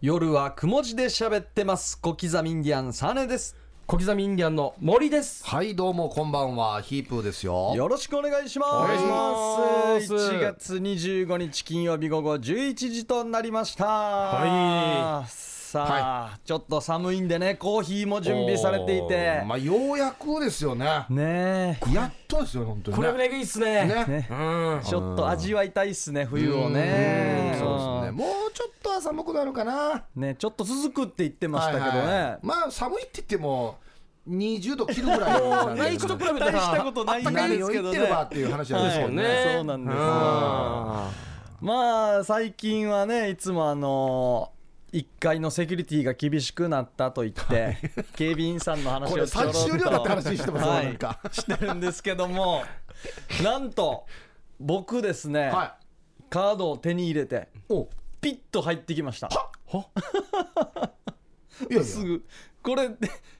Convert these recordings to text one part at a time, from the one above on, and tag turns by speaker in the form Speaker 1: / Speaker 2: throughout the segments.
Speaker 1: 夜はくも字で喋ってます小刻みインディアンサネです
Speaker 2: 小刻みインディアンの森です。
Speaker 3: はい、どうもこんばんは、ヒープーですよ。
Speaker 1: よろしくお願いします
Speaker 2: お願いします
Speaker 1: 1月25日金曜日午後11時となりました
Speaker 2: はい
Speaker 1: さあ、ちょっと寒いんでねコーヒーも準備されていて
Speaker 3: おーまあ、ようやくですよね。
Speaker 1: ねえ
Speaker 3: やっとですよ、本当に、
Speaker 2: こ
Speaker 3: ね。
Speaker 2: れぐらいがいいっすね。
Speaker 3: ね
Speaker 1: ね
Speaker 2: うん。
Speaker 1: ちょっと味わいたいっすね冬をね
Speaker 3: うんそうですね。
Speaker 1: うん
Speaker 3: もうちょっとは寒くなるかな。
Speaker 1: ねちょっと続くって言ってましたけどね、
Speaker 3: はいはいまあ、寒いって言っても、20度切るぐらい
Speaker 2: も
Speaker 3: の。
Speaker 2: う内地と比べた
Speaker 1: 大した
Speaker 2: ら
Speaker 1: ことないん
Speaker 3: 何
Speaker 1: で
Speaker 3: を
Speaker 1: すけ
Speaker 3: 言
Speaker 1: ど
Speaker 3: って
Speaker 1: ね
Speaker 3: ればっていう話なんですもんね。
Speaker 1: はい
Speaker 2: ね
Speaker 1: そうなんですよ
Speaker 2: あ
Speaker 1: まあ最近はねいつもあの1階のセキュリティが厳しくなったと言って警備員さんの話
Speaker 3: こ
Speaker 1: を
Speaker 3: れ、
Speaker 1: ちょろ
Speaker 3: 最
Speaker 1: っと
Speaker 3: 終了だって話してますよ、
Speaker 1: はい
Speaker 3: なんか。
Speaker 1: してるんですけどもなんと僕ですね、
Speaker 3: は
Speaker 1: カードを手に入れて
Speaker 3: い。お
Speaker 1: ピッと入ってきました
Speaker 3: いやい
Speaker 1: す
Speaker 3: や。
Speaker 1: ぐこれで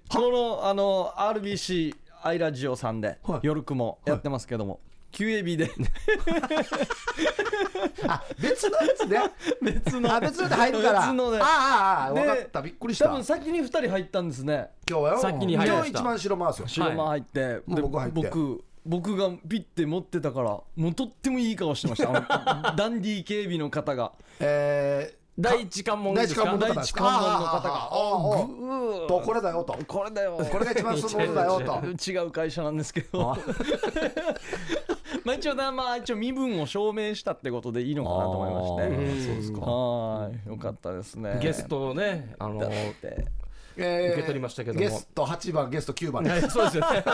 Speaker 1: このあの RBC アイラジオさんで、
Speaker 3: はい
Speaker 1: 夜雲やってますけども、QAB で
Speaker 3: あ、別のやつね。
Speaker 1: 別の
Speaker 3: あ、別ので入るから。
Speaker 1: 別ので
Speaker 3: ああ、ああ、
Speaker 1: で
Speaker 3: 分かった。びっくりした。
Speaker 1: 多分先に2人入ったんですね
Speaker 3: 今日はよ
Speaker 2: 先に入りました
Speaker 3: 今日一番白回すよ。
Speaker 1: 白間入って、で
Speaker 3: 僕入って
Speaker 1: 僕僕がピッて持ってたからもうとってもいい顔してましたあのダンディ警備の方が
Speaker 3: えー
Speaker 2: 第一関門
Speaker 3: 第
Speaker 2: です
Speaker 3: 一
Speaker 2: か。
Speaker 3: 関門の方
Speaker 1: 第一関門の方が
Speaker 3: あーあーあーあー
Speaker 1: うー
Speaker 3: とこれだよと
Speaker 1: これだよ
Speaker 3: これが一番すごいものだよ と
Speaker 1: 違う会社なんですけど まあ一応なまあ一応身分を証明したってことでいいのかなと思いまして
Speaker 2: うんそうですか
Speaker 1: はーいよかったですね
Speaker 2: ゲスト をね、あの
Speaker 1: だって
Speaker 3: えー
Speaker 2: 受け取りましたけども
Speaker 3: ゲスト8番ゲスト9番
Speaker 2: はいそうですよね。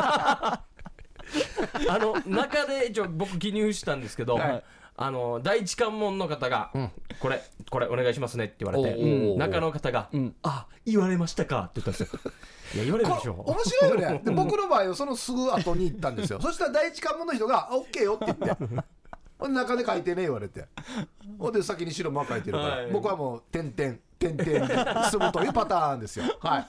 Speaker 2: あの中で一応僕記入したんですけど、
Speaker 3: はい
Speaker 2: あの第一関門の方が、これこれお願いしますねって言われて、
Speaker 3: おー
Speaker 2: うん中の方が、
Speaker 1: ん
Speaker 2: あ言われましたかって言ったんですよ。いや言われるでしょ。
Speaker 3: 面白いよねで僕の場合はそのすぐ後に行ったん ですよそしたら第一関門の人が「あ OK よ」って言ってほんで中で書いてね言われてほんで先に白も書いてるから、
Speaker 2: はい
Speaker 3: 僕はもう点々点々進むというパターンですよは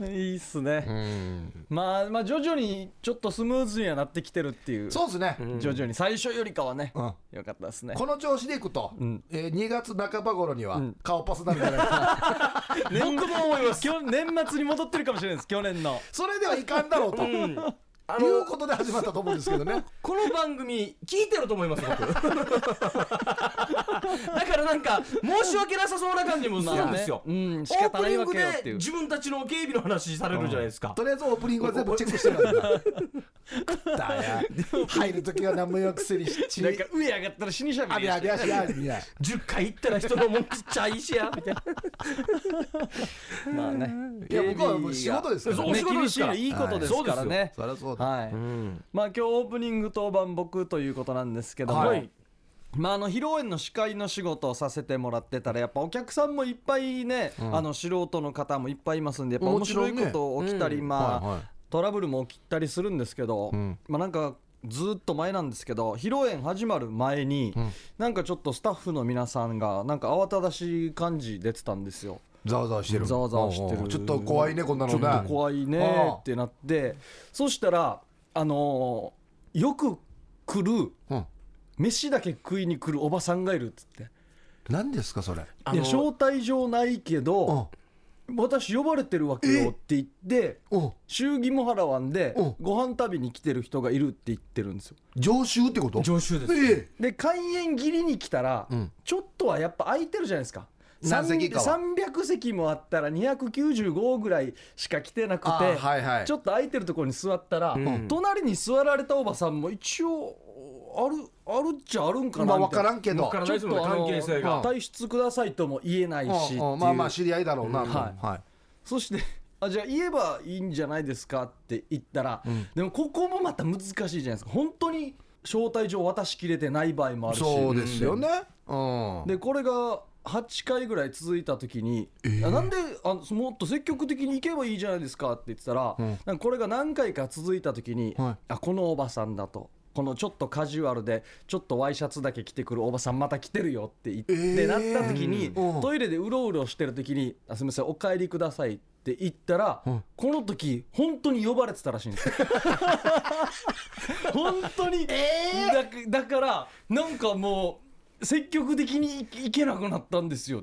Speaker 3: い
Speaker 1: いいっすねまあまあ徐々にちょっとスムーズにはなってきてるっていう
Speaker 3: そうですね、
Speaker 1: 徐々に最初よりかはね、
Speaker 3: うん
Speaker 1: よかったですね
Speaker 3: この調子でいくと、えー2月半ば頃には顔パスなんじゃないかな、
Speaker 1: 年僕も思い ます年末に戻ってるかもしれないです去年の
Speaker 3: それではいかんだ ろうと、
Speaker 2: あ
Speaker 3: いう
Speaker 2: の
Speaker 3: ことで始まったと思うんですけどね
Speaker 2: この番組聞いてると思います 僕だからなんか申し訳なさそうな感じもするんですよ、
Speaker 1: まあねうん
Speaker 2: オ
Speaker 1: 仕方
Speaker 2: ー
Speaker 1: な
Speaker 2: プ
Speaker 1: い
Speaker 2: ニ
Speaker 1: わ
Speaker 2: ング
Speaker 1: けよっていう
Speaker 2: で自分たちの警備の話されるじゃないですか、
Speaker 3: とりあえずオープニングは全部チェックしてるん だ。だや。入るときは何も言わんくせにしち。
Speaker 1: なんか上上がったら死にしゃ
Speaker 3: あ
Speaker 1: べ
Speaker 3: び
Speaker 1: り
Speaker 3: あびあしあびあ。
Speaker 2: 10回行ったら人の文句ちゃいし やみたいな
Speaker 1: まあね
Speaker 3: いや僕はもう仕事ですから
Speaker 2: そうお
Speaker 1: ね、
Speaker 2: 仕事
Speaker 1: 厳
Speaker 2: で
Speaker 1: し
Speaker 2: す
Speaker 1: い
Speaker 2: から
Speaker 1: いいことですからね、
Speaker 3: そりゃそうだ。
Speaker 1: はいまあ今日オープニング当番僕ということなんですけども、
Speaker 2: はい
Speaker 1: まあ、あの披露宴の司会の仕事をさせてもらってたらやっぱお客さんもいっぱいね、あの素人の方もいっぱいいますんでやっぱ面
Speaker 3: もちろ
Speaker 1: 白
Speaker 3: ん
Speaker 1: い
Speaker 3: ね
Speaker 1: こと起きたり、まあ
Speaker 3: はいはい
Speaker 1: トラブルも起きたりするんですけど、
Speaker 3: ん
Speaker 1: まあ、なんかずっと前なんですけど披露宴始まる前に、なんかちょっとスタッフの皆さんがなんか慌ただしい感じ出てたんですよ。
Speaker 3: ざわざわしてる。
Speaker 1: ざわざわしてる
Speaker 3: おうおうちょっと怖いね、こんなの
Speaker 1: ちょっと
Speaker 3: ね。
Speaker 1: 怖いね
Speaker 3: ああ
Speaker 1: ってなってそしたらあのーよく来る
Speaker 3: うん。
Speaker 1: 飯だけ食いに来るおばさんがいるっつって、
Speaker 3: 何ですか、それ。
Speaker 2: あ
Speaker 1: いや
Speaker 2: の
Speaker 1: 招待状ないけど、私呼ばれてるわけよって言って
Speaker 3: うん。うん。
Speaker 1: 祝儀も払わんで
Speaker 3: うん
Speaker 1: ご飯食べに来てる人がいるって言ってるんですよ
Speaker 3: 常習ってこと
Speaker 2: 常習です
Speaker 3: え
Speaker 1: で開演切りに来たら、
Speaker 3: うん
Speaker 1: ちょっとはやっぱ空いてるじゃないですか
Speaker 3: 何席かは
Speaker 1: 300席もあったら295ぐらいしか来てなくて、
Speaker 3: あはいはい
Speaker 1: ちょっと空いてるところに座ったら、
Speaker 2: ん
Speaker 1: 隣に座られたおばさんも一応あるあるっちゃあるん
Speaker 3: え。
Speaker 1: か
Speaker 3: ま
Speaker 1: な
Speaker 3: あ、
Speaker 1: み
Speaker 3: わ
Speaker 1: たい
Speaker 3: か
Speaker 1: な
Speaker 3: らんけ
Speaker 2: わ
Speaker 3: ど
Speaker 2: か。ら
Speaker 1: ち
Speaker 2: な
Speaker 1: ょ
Speaker 2: い
Speaker 1: っ
Speaker 2: ですもんね
Speaker 1: とあ
Speaker 2: 関係性が
Speaker 1: の退出くださいとも言えないしっていう
Speaker 3: うんうんまあまあ、知り合いだろうな。
Speaker 1: は
Speaker 3: はい。
Speaker 1: そしてあじゃあ言えばいいんじゃないですかって言ったら、でもここもまた難しいじゃないですか本当に招待状渡しきれてない場合もあるし
Speaker 3: そうですよね。うん。
Speaker 1: でこれが8回ぐらい続いた時に、あなんであもっと積極的に行けばいいじゃないですかって言ってたら、なんかこれが何回か続いた時に、
Speaker 3: はい
Speaker 1: あこのおばさんだと。このちょっとカジュアルでちょっとワイシャツだけ着てくるおばさんまた来てるよって言って、
Speaker 3: えー
Speaker 1: なった時に、
Speaker 3: うん
Speaker 1: トイレでうろうろしてる時に「あすみませんお帰りください」って言ったら、この時本当に呼ばれてたらしいん ですよ本当に、だだからなんかもう積極的にいいけなくなったんですよ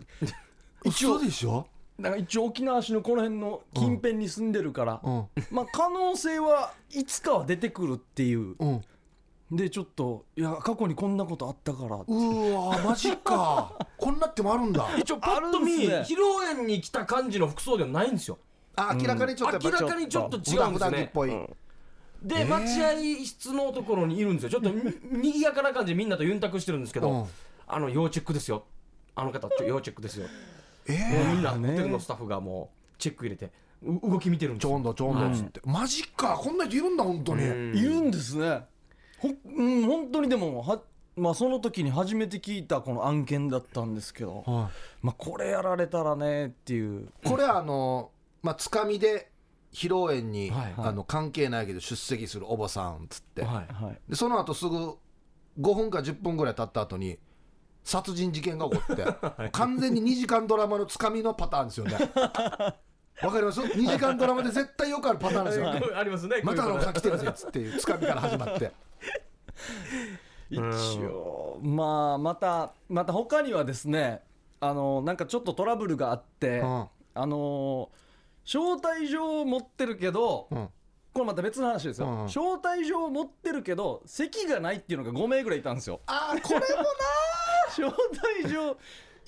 Speaker 1: 一応
Speaker 3: 嘘でしょ
Speaker 1: なんか一応沖縄市のこの辺の近辺に住んでるから、
Speaker 3: うん
Speaker 1: まあ可能性はいつかは出てくるっていう
Speaker 3: うん
Speaker 1: でちょっといや過去にこんなことあったから
Speaker 3: うーわマジ かこんなってもあるんだ
Speaker 2: 一応パッと見、
Speaker 1: あるんすね
Speaker 2: 披露宴に来た感じの服装ではないんですよ
Speaker 3: あ明らかにちょっとやっぱ
Speaker 2: 明らかにちょっと
Speaker 3: 普
Speaker 2: 違う
Speaker 3: 段
Speaker 2: ん
Speaker 3: 普
Speaker 2: です
Speaker 3: 段着っ
Speaker 2: ね
Speaker 3: ぽい、
Speaker 2: で待合室のところにいるんですよちょっと ににぎやかな感じでみんなとユンタクしてるんですけど、
Speaker 3: うん
Speaker 2: あの要チェックですよあの方ちょ要チェックですよ
Speaker 3: え
Speaker 2: もうみんな
Speaker 1: あー
Speaker 2: ホ
Speaker 1: ね
Speaker 2: テルのスタッフがもうチェック入れてう動き見てるんで
Speaker 3: ち
Speaker 2: すよ
Speaker 3: ょんどちょんどっつって、マジかこんな人いるんだ本当に、
Speaker 1: いるんですねほん、うん、本当にでもは、まあ、その時に初めて聞いたこの案件だったんですけど、
Speaker 3: は
Speaker 1: まあ、これやられたらねっていう
Speaker 3: いこれはあのまあつかみで披露宴に、
Speaker 2: はい
Speaker 3: あの関係ないけど出席するおばさんっつって、
Speaker 2: はい
Speaker 1: はい
Speaker 3: でその後すぐ5分か10分ぐらい経った後に殺人事件が起こ って、完全に2時間ドラマのつかみのパターンですよねわかります ?2 時間ドラマで絶対よくあるパターンですよ、
Speaker 2: こうありますね
Speaker 3: またあ
Speaker 2: こう
Speaker 3: のお
Speaker 2: いうこ
Speaker 3: さん来てるぜっつっていうつかみから始まって
Speaker 1: 一応まあまたまた他にはですねあのなんかちょっとトラブルがあって、
Speaker 3: うん
Speaker 1: あの招待状を持ってるけど、
Speaker 3: うん
Speaker 1: これまた別の話ですよ、
Speaker 3: うんうん
Speaker 1: 招待状を持ってるけど席がないっていうのが5名ぐらいいたんです よ
Speaker 3: ああこれも
Speaker 1: 招待状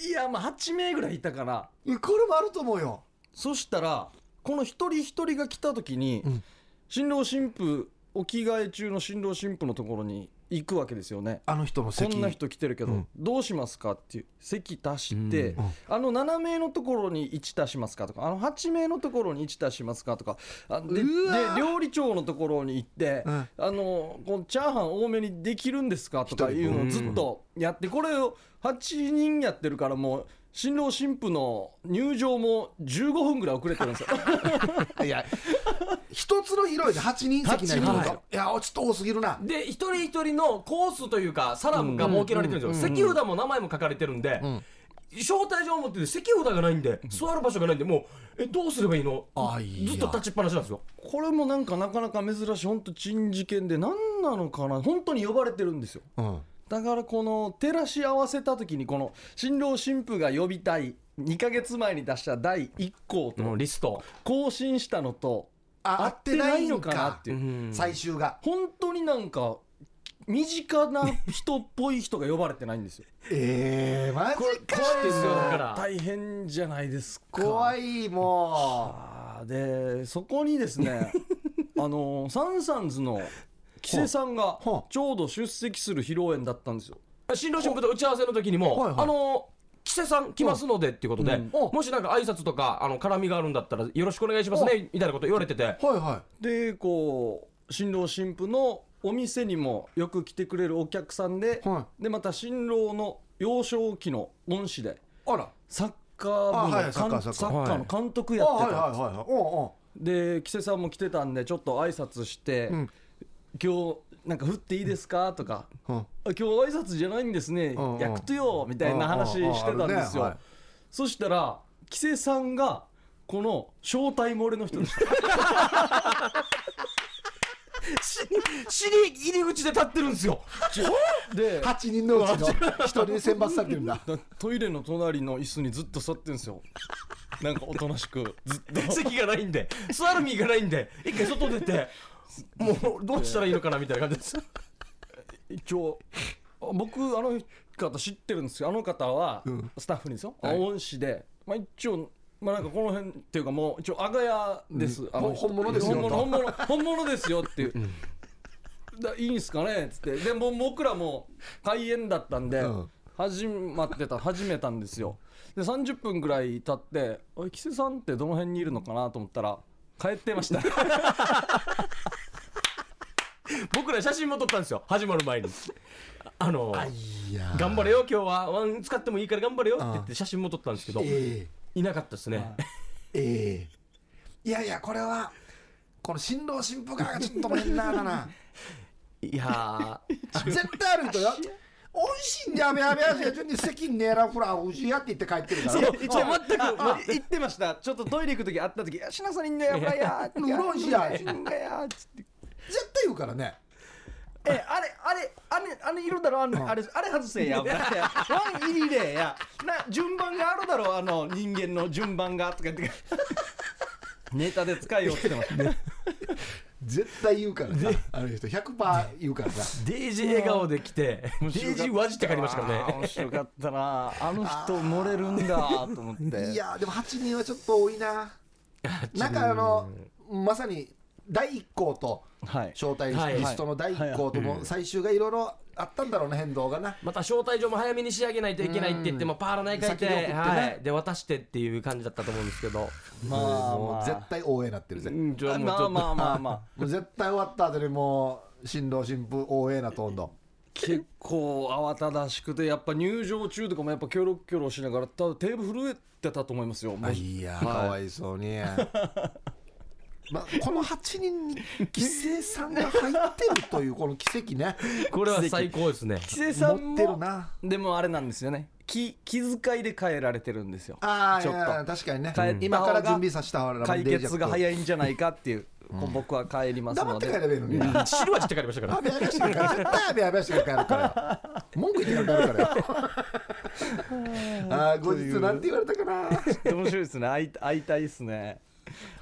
Speaker 1: いやまあ8名ぐらいいたから
Speaker 3: なこれもあると思うよ
Speaker 1: そしたらこの一人一人が来た時に、
Speaker 3: うん
Speaker 1: 新郎新婦お着替え中の新郎新婦のところに行くわけですよね
Speaker 3: あの人の
Speaker 1: こ
Speaker 3: 席
Speaker 1: んな人来てるけど、
Speaker 3: うん
Speaker 1: どうしますかっていう席足して、
Speaker 2: うん
Speaker 3: うん
Speaker 1: あの7名のところに1足しますかとかあの8名のところに1足しますかとかあでで
Speaker 3: うわー
Speaker 1: 料理長のところに行って、
Speaker 3: うん
Speaker 1: あのこのチャーハン多めにできるんですかとかいうのをずっとやってこれを8人やってるからもう新郎新婦の入場も15分ぐらい遅れてるんです よ。
Speaker 3: いや一つの広いで8人席になる
Speaker 2: 八人
Speaker 3: といやちょっと多すぎるな
Speaker 2: とで一人一人のコースというかサラムが設けられてるんですよ、席札も名前も書かれてるんで、
Speaker 3: ん
Speaker 2: 招待状を持ってて席札がないんで座る場所がないんでもうえどうすればいいの
Speaker 3: あいや
Speaker 2: ずっと立ちっぱなしなんですよ
Speaker 1: これもなんかなかなか珍しい本当珍事件で何なのかな本当に呼ばれてるんですよ。
Speaker 3: うん
Speaker 1: だからこの照らし合わせた時にこの新郎新婦が呼びたい2ヶ月前に出した第1項
Speaker 2: も
Speaker 1: と
Speaker 2: うリスト、
Speaker 1: 更新したのと
Speaker 3: あ
Speaker 1: 合ってないのかなっていう
Speaker 3: 最終が
Speaker 1: 本当になんか身近な人っぽい人が呼ばれてないん ですよ
Speaker 3: ええマジ
Speaker 2: 怖いですよだから
Speaker 1: 大変じゃないですか
Speaker 3: 怖いも
Speaker 1: あーでそこにです ねあのサンサンズの木瀬さんが
Speaker 3: ほう
Speaker 1: ちょうど出席する披露宴だったんですよ
Speaker 2: 新郎新婦と打ち合わせの時にも、
Speaker 3: はいはい
Speaker 2: あの木瀬さん来ますのでっていうことで、
Speaker 1: うん
Speaker 3: うん
Speaker 2: もしなんか挨拶とかあの絡みがあるんだったらよろしくお願いしますねみたいなこと言われてて
Speaker 3: うはいは
Speaker 1: でこう新郎新婦のお店にもよく来てくれるお客さんで、
Speaker 3: は
Speaker 1: でまた新郎の幼少期の恩師で
Speaker 3: いあら
Speaker 1: サッカー部の
Speaker 3: あはいサッカー
Speaker 1: かん
Speaker 3: サッカー
Speaker 1: サッカーの監督
Speaker 3: あ
Speaker 1: やって
Speaker 3: はいはい
Speaker 1: た
Speaker 3: はいはいおう
Speaker 1: で木瀬さんも来てたんでちょっと挨拶して「
Speaker 3: ん
Speaker 1: 今日なんか振っていいですか?」とか
Speaker 3: おううん
Speaker 1: 「あ今日挨拶じゃないんですね
Speaker 3: うんうん
Speaker 1: 役とよ」みたいな話してたんです
Speaker 3: うんうんうんあるねは
Speaker 1: よ
Speaker 3: い
Speaker 1: そしたら木瀬さんがこの招待漏れの人でした
Speaker 2: 死に死に入り口で立ってるんですよ
Speaker 1: で
Speaker 3: 8人のうち の1人に選抜されてるんだ
Speaker 1: だトイレの隣の椅子にずっと座ってんですよなんかおとなしくずっと
Speaker 2: 席がないんで座る身がないんで一回外出てもうどうしたらいいのかなみたいな感じです
Speaker 1: 一応あ僕あの方知ってるんですよあの方は
Speaker 3: うん
Speaker 1: スタッフにですよ、
Speaker 3: はい
Speaker 1: 恩師で、まあ、一応まあなんかこの辺っていうかもう一応阿賀屋です、あの人
Speaker 3: ほん本物ですよ
Speaker 1: 本物
Speaker 3: と
Speaker 1: 本物本物ですよ っていう、だいいんすかねっつってでもう僕らも開演だったんで、
Speaker 3: うん
Speaker 1: 始まってた始めたんですよで30分ぐらい経って「おい木瀬さんってどの辺にいるのかな?」と思ったら帰ってました
Speaker 2: 僕ら写真も撮ったんですよ始まる前にあの
Speaker 3: いや
Speaker 2: 頑張れよ今日はワン使ってもいいから頑張れよって言っ
Speaker 3: う
Speaker 2: て写真も撮ったんですけど
Speaker 3: え
Speaker 2: いなかったですね
Speaker 3: えええいやいやこれはこの新郎新婦側がちょっともう変なだな
Speaker 2: いやー
Speaker 3: 絶対ある人よ美味しいんだよ、めやめやめや、順に席ねえな、ほら、おじやって言って帰ってるから。
Speaker 2: 一応全く
Speaker 1: あ行ってましたちょっとトイレ行く時あった時「いや品さんいんだよフライヤー」
Speaker 3: うろんしや
Speaker 1: いんだよ」つって
Speaker 3: 絶対言うからね。
Speaker 1: えあれあれあれあれいるだろあのあれあれ外せやワン入りでやな順番があるだろあの人間の順番がとか言ってネタで使いようって言ってま した
Speaker 3: 絶対言うからなあの人100%言うからな
Speaker 2: デイジ笑顔で 来て、デイジわじって帰りましたからね。
Speaker 1: 面白かったなあの人漏れるんだと思って
Speaker 3: いやーでも8人はちょっと多いななんかあのまさに第1項と
Speaker 1: はい
Speaker 3: 招待
Speaker 2: はい
Speaker 3: リストの第1項とも最終がいろいろあったんだろうな変動がな
Speaker 2: また招待状も早めに仕上げないといけないって言って、まあ、パーラない書いて、
Speaker 3: 先に送ってね
Speaker 2: はい、で渡してっていう感じだったと思うんですけど、
Speaker 1: まあ
Speaker 3: も
Speaker 1: ま
Speaker 3: う
Speaker 1: あ
Speaker 3: 絶対 OA なってるぜも
Speaker 2: じゃあもう
Speaker 1: ま
Speaker 2: ちょ
Speaker 1: あ
Speaker 2: っ
Speaker 1: ま
Speaker 2: と
Speaker 1: あまあまあ
Speaker 3: う絶対終わった後にもう新郎新婦 OA なトーンド
Speaker 1: 結構慌ただしくてやっぱ入場中とかもやっぱキョロキョロしながらただテーブル震えてたと思いますよもう
Speaker 3: いやーかわいそうに まあこの8人に規制さんが入ってる というこの奇跡ね
Speaker 2: これは最高ですね。
Speaker 1: 規制さん
Speaker 3: 持ってる
Speaker 1: も
Speaker 3: な
Speaker 1: でもあれなんですよね気気遣いで変えられてるんですよ
Speaker 3: あ
Speaker 1: ちょっと
Speaker 3: あ確かにね
Speaker 1: 帰った方が
Speaker 3: 今から準備させた方が
Speaker 1: 解決が早
Speaker 3: い
Speaker 1: いんじゃないかっていうこう僕は帰ります
Speaker 3: 黙
Speaker 1: の
Speaker 3: って
Speaker 1: で
Speaker 3: 帰ればいいのに
Speaker 2: 汁はじって帰りましたから
Speaker 3: あ。べあべしてるから絶対あべあべしてるから帰るから文句言ってから帰るからあー後日なんて言われたかな
Speaker 1: 面白いですね会い会いたいですね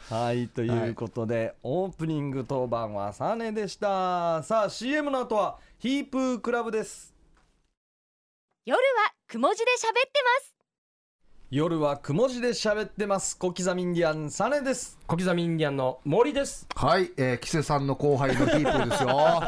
Speaker 1: はいということで、オープニング当番はサネでしたさあ CM の後はヒープークラブです
Speaker 4: 夜はくも字で喋ってます
Speaker 1: 夜はくも字で喋ってます小刻みインディアンサネです
Speaker 2: 小刻みインディアンの森です。
Speaker 3: はいえー、キセさんの後輩のヒープーですよ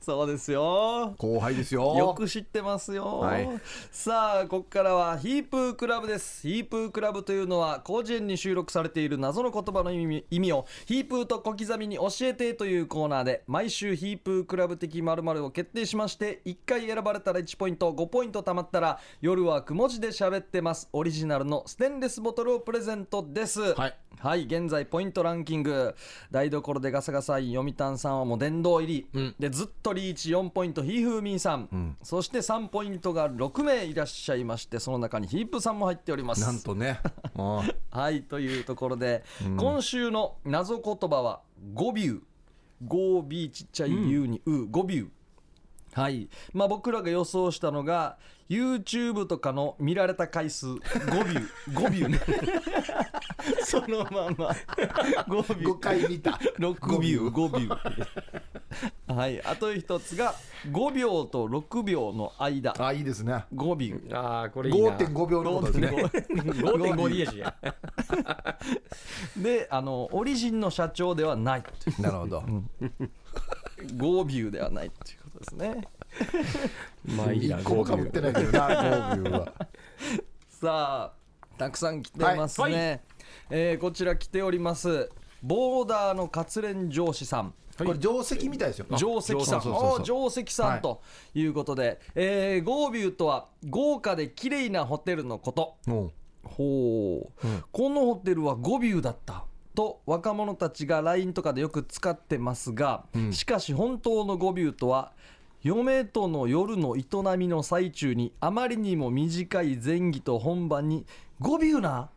Speaker 1: そうですよ
Speaker 3: 後輩ですよ
Speaker 1: よく知ってますよ、
Speaker 3: はい
Speaker 1: さあここからはヒープークラブですヒープークラブというのは広辞苑に収録されている謎の言葉の意味意味をヒープーと小刻みに教えてというコーナーで毎週ヒープークラブ的〇〇を決定しまして1回選ばれたら1ポイント5ポイント貯まったら夜はくも字で喋ってますオリジナルのステンレスボトルをプレゼントです
Speaker 3: はい
Speaker 1: はい、現在ポイントランキング台所でガサガサイン読谷さんはもう殿堂入り、でずっとリーチ4ポイントひーふーみんさん、そして3ポイントが6名いらっしゃいましてその中にヒープさんも入っております
Speaker 3: なんとねもう
Speaker 1: はいというところで、今週の謎言葉は語尾「ゴービーちっちゃい U に「う」語尾はいまあ僕らが予想したのが YouTube とかの見られた回数語 尾語尾ねそのまんま 語尾
Speaker 3: 5回見た
Speaker 1: 6秒5秒はいあと一つが5秒と6秒の間
Speaker 3: あいいですね
Speaker 1: 語尾
Speaker 2: ああ、これいいな。
Speaker 3: 5.5秒のことですね
Speaker 2: 5.5リエジ。
Speaker 1: であのオリジンの社長ではない
Speaker 3: なるほど
Speaker 1: ゴービューではないっていうことですね。
Speaker 2: まあいい
Speaker 3: 一
Speaker 2: や、
Speaker 3: 個もかぶってないけどな5秒は
Speaker 1: さあ、たくさん来てますね。
Speaker 2: はいは
Speaker 1: えーこちら来ております。ボーダーの活連上司さん。
Speaker 3: これ定石みたいですよ
Speaker 1: 定石さん、
Speaker 3: そうそうそうそう
Speaker 1: おー定石さんということで、えーゴービューとは豪華で綺麗なホテルのこと。
Speaker 3: も
Speaker 1: ほう、このホテルは5ビューだったと若者たちが LINE とかでよく使ってますが、しかし本当の5ビューとは嫁との夜の営みの最中にあまりにも短い前儀と本番に5ビューな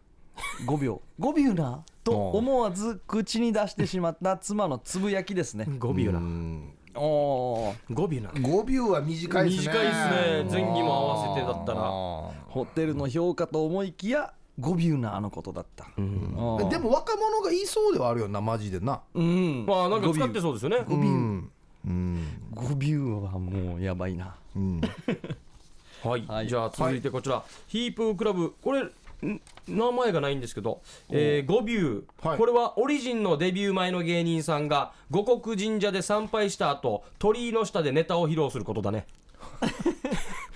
Speaker 1: 5秒5ビューな と思わず口に出してしまった妻のつぶやきですね。
Speaker 2: 5秒な。
Speaker 1: おー
Speaker 2: 5秒な。
Speaker 3: う5秒は短いですね
Speaker 2: 短いですね前儀も合わせてだったら
Speaker 3: あー
Speaker 1: ホテルの評価と思いきや5ビューなあのことだった。おー
Speaker 3: でも若者が言いそうではあるよなマジでな
Speaker 1: うん
Speaker 2: まあなんか使ってそうですよね。
Speaker 3: うんうん
Speaker 1: 5ビューはもうやばいな。
Speaker 3: うん
Speaker 2: はい、
Speaker 1: はい
Speaker 2: じゃあ続いてこちら、ヒープークラブこれん名前がないんですけど、えー、ゴビュー、
Speaker 3: はい
Speaker 2: これはオリジンのデビュー前の芸人さんが五穀神社で参拝した後鳥居の下でネタを披露することだね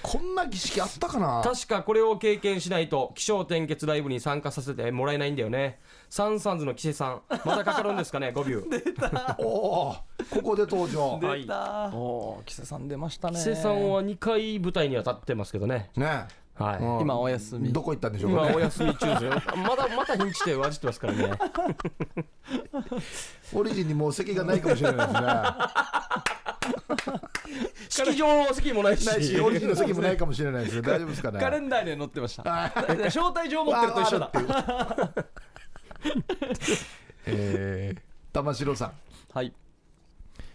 Speaker 3: こんな儀式あったかな
Speaker 2: 確かこれを経験しないと気象転結ライブに参加させてもらえないんだよねサンサンズのキセさんまたかかるんですかね ゴビュー
Speaker 3: おーここで登場
Speaker 2: で
Speaker 3: ね
Speaker 2: はい
Speaker 1: たおおー、キセさん出ましたね。
Speaker 2: キセさんは2回舞台には立ってますけどねはい、
Speaker 3: うん
Speaker 1: 今お休み
Speaker 3: どこ行ったんでしょう
Speaker 2: 今
Speaker 3: かね
Speaker 2: お休み中ですよまだまた日にちでわじってますからね
Speaker 3: オリジンにもう席がないかもしれないですね
Speaker 2: 式場席もないし
Speaker 3: な い しオリジンの席もないかもしれないですね大丈夫ですかね
Speaker 1: カレンダーには載ってました。
Speaker 3: あー
Speaker 1: 招待状持ってると一緒だ。
Speaker 3: えー玉城さん
Speaker 1: はい。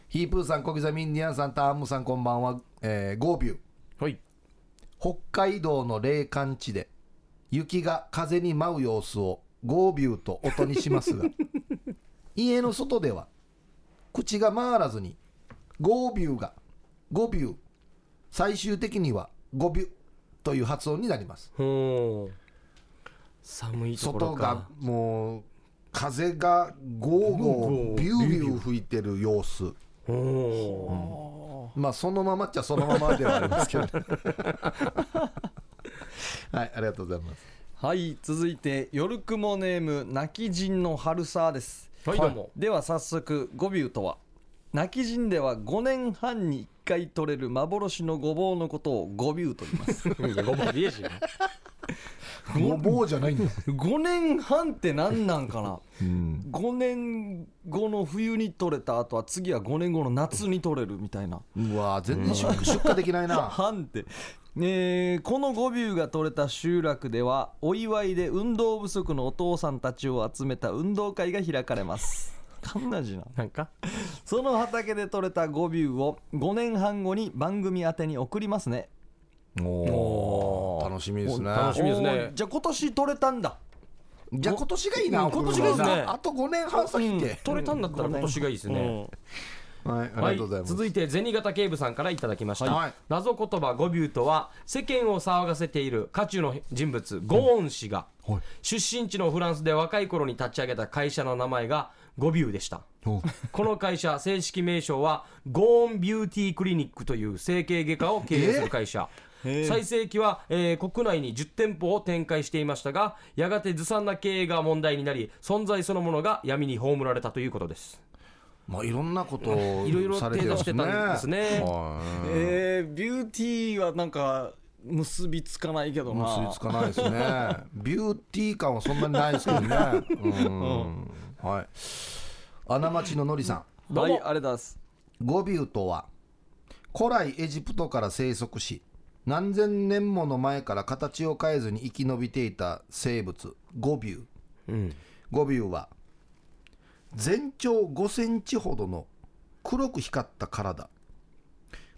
Speaker 3: ヒープーさん小刻みインディアンさんターンムさんこんばんは、えー、ゴービュー
Speaker 2: はい
Speaker 3: 北海道の霊感地で雪が風に舞う様子をゴービューと音にし ますが家の外では口が回らずにゴービューがゴビュー最終的にはゴビューという発音になります
Speaker 2: ほう寒いところ
Speaker 3: 外
Speaker 2: か
Speaker 3: がもう風がゴーゴービュービュー吹いてる様子
Speaker 2: ほ
Speaker 3: まあそのままっちゃそのままではあります けどはいありがとうございます
Speaker 1: はい続いて夜雲ネーム泣き人の春沢です
Speaker 2: うはいどうも
Speaker 1: では早速ゴビューとは泣き人では5年半に1回取れる幻のごぼうのことをゴビューと言います
Speaker 2: いやごぼうでいいし
Speaker 3: ごぼうじゃないんだ
Speaker 1: 5年半って何なんかな
Speaker 3: うん
Speaker 1: 5年後の冬に取れた後は次は5年後の夏に取れるみたいな
Speaker 3: うわー全然出出荷できないな
Speaker 1: 半って、えーこのゴビューが取れた集落ではお祝いで運動不足のお父さんたちを集めた運動会が開かれますかんなじな
Speaker 2: なんか
Speaker 1: その畑で取れたゴビューを5年半後に番組宛てに送りますね
Speaker 3: おー楽しみですね
Speaker 2: 楽しみですね
Speaker 1: おーじゃあ今年取れたんだ
Speaker 3: じゃあ今年がいいな
Speaker 2: うん今年がいいですね
Speaker 3: 送るのあと5年半先って、
Speaker 2: 取れたんだったら今年がいいですね、
Speaker 3: はいありが
Speaker 2: は
Speaker 3: と
Speaker 2: いう
Speaker 3: ございます、
Speaker 2: 続いて銭形警部さんからいただきました、
Speaker 3: はい
Speaker 2: 謎言葉ゴビューとは世間を騒がせている渦中の人物ゴーン氏が、
Speaker 3: はい
Speaker 2: 出身地のフランスで若い頃に立ち上げた会社の名前がゴビューでした
Speaker 3: お
Speaker 2: この会社正式名称はゴーンビューティークリニックという整形外科を経営する会社、最盛期は、えー国内に10店舗を展開していましたがやがてずさんな経営が問題になり存在そのものが闇に葬られたということです
Speaker 3: まあいろんなことを
Speaker 2: いろいろ
Speaker 3: されてるん
Speaker 2: 手出してたんですね
Speaker 3: はい
Speaker 1: えー、ビューティーはなんか結びつかないけどな
Speaker 3: 結びつかないですねビューティー感はそんなにないですけど ねうん、はい穴町ののりさん
Speaker 2: どうも
Speaker 1: はいあれだす
Speaker 3: ゴビューとは古来エジプトから生息し何千年もの前から形を変えずに生き延びていた生物ゴビュー、ゴビューは全長5センチほどの黒く光った体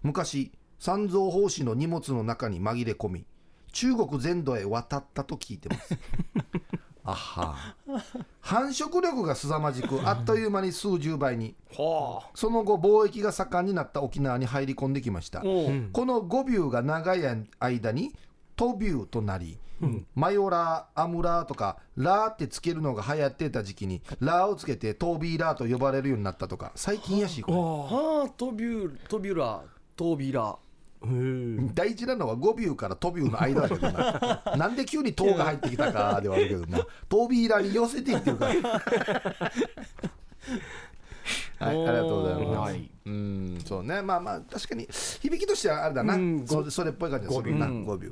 Speaker 3: 昔三蔵法師の荷物の中に紛れ込み中国全土へ渡ったと聞いてますあは繁殖力が凄まじくあっという間に数十倍に
Speaker 2: は
Speaker 3: その後貿易が盛んになった沖縄に入り込んできました、
Speaker 1: おう
Speaker 3: このゴビューが長い間にトビューとなり、マヨラーアムラーとかラーってつけるのが流行ってた時期にラーをつけてトービーラーと呼ばれるようになったとか最近やしこれ
Speaker 1: はあトビュートビュラトビラ
Speaker 3: 大事なのはゴビューからトビューの間だけど ななんで急にトーが入ってきたかではあるけどなトービーラーに寄せていってる からはい、ありがとうございます、
Speaker 2: はい
Speaker 3: うんそうねまあまあ確かに響きとしてはあれだな、そそれっぽい感じがするな5秒、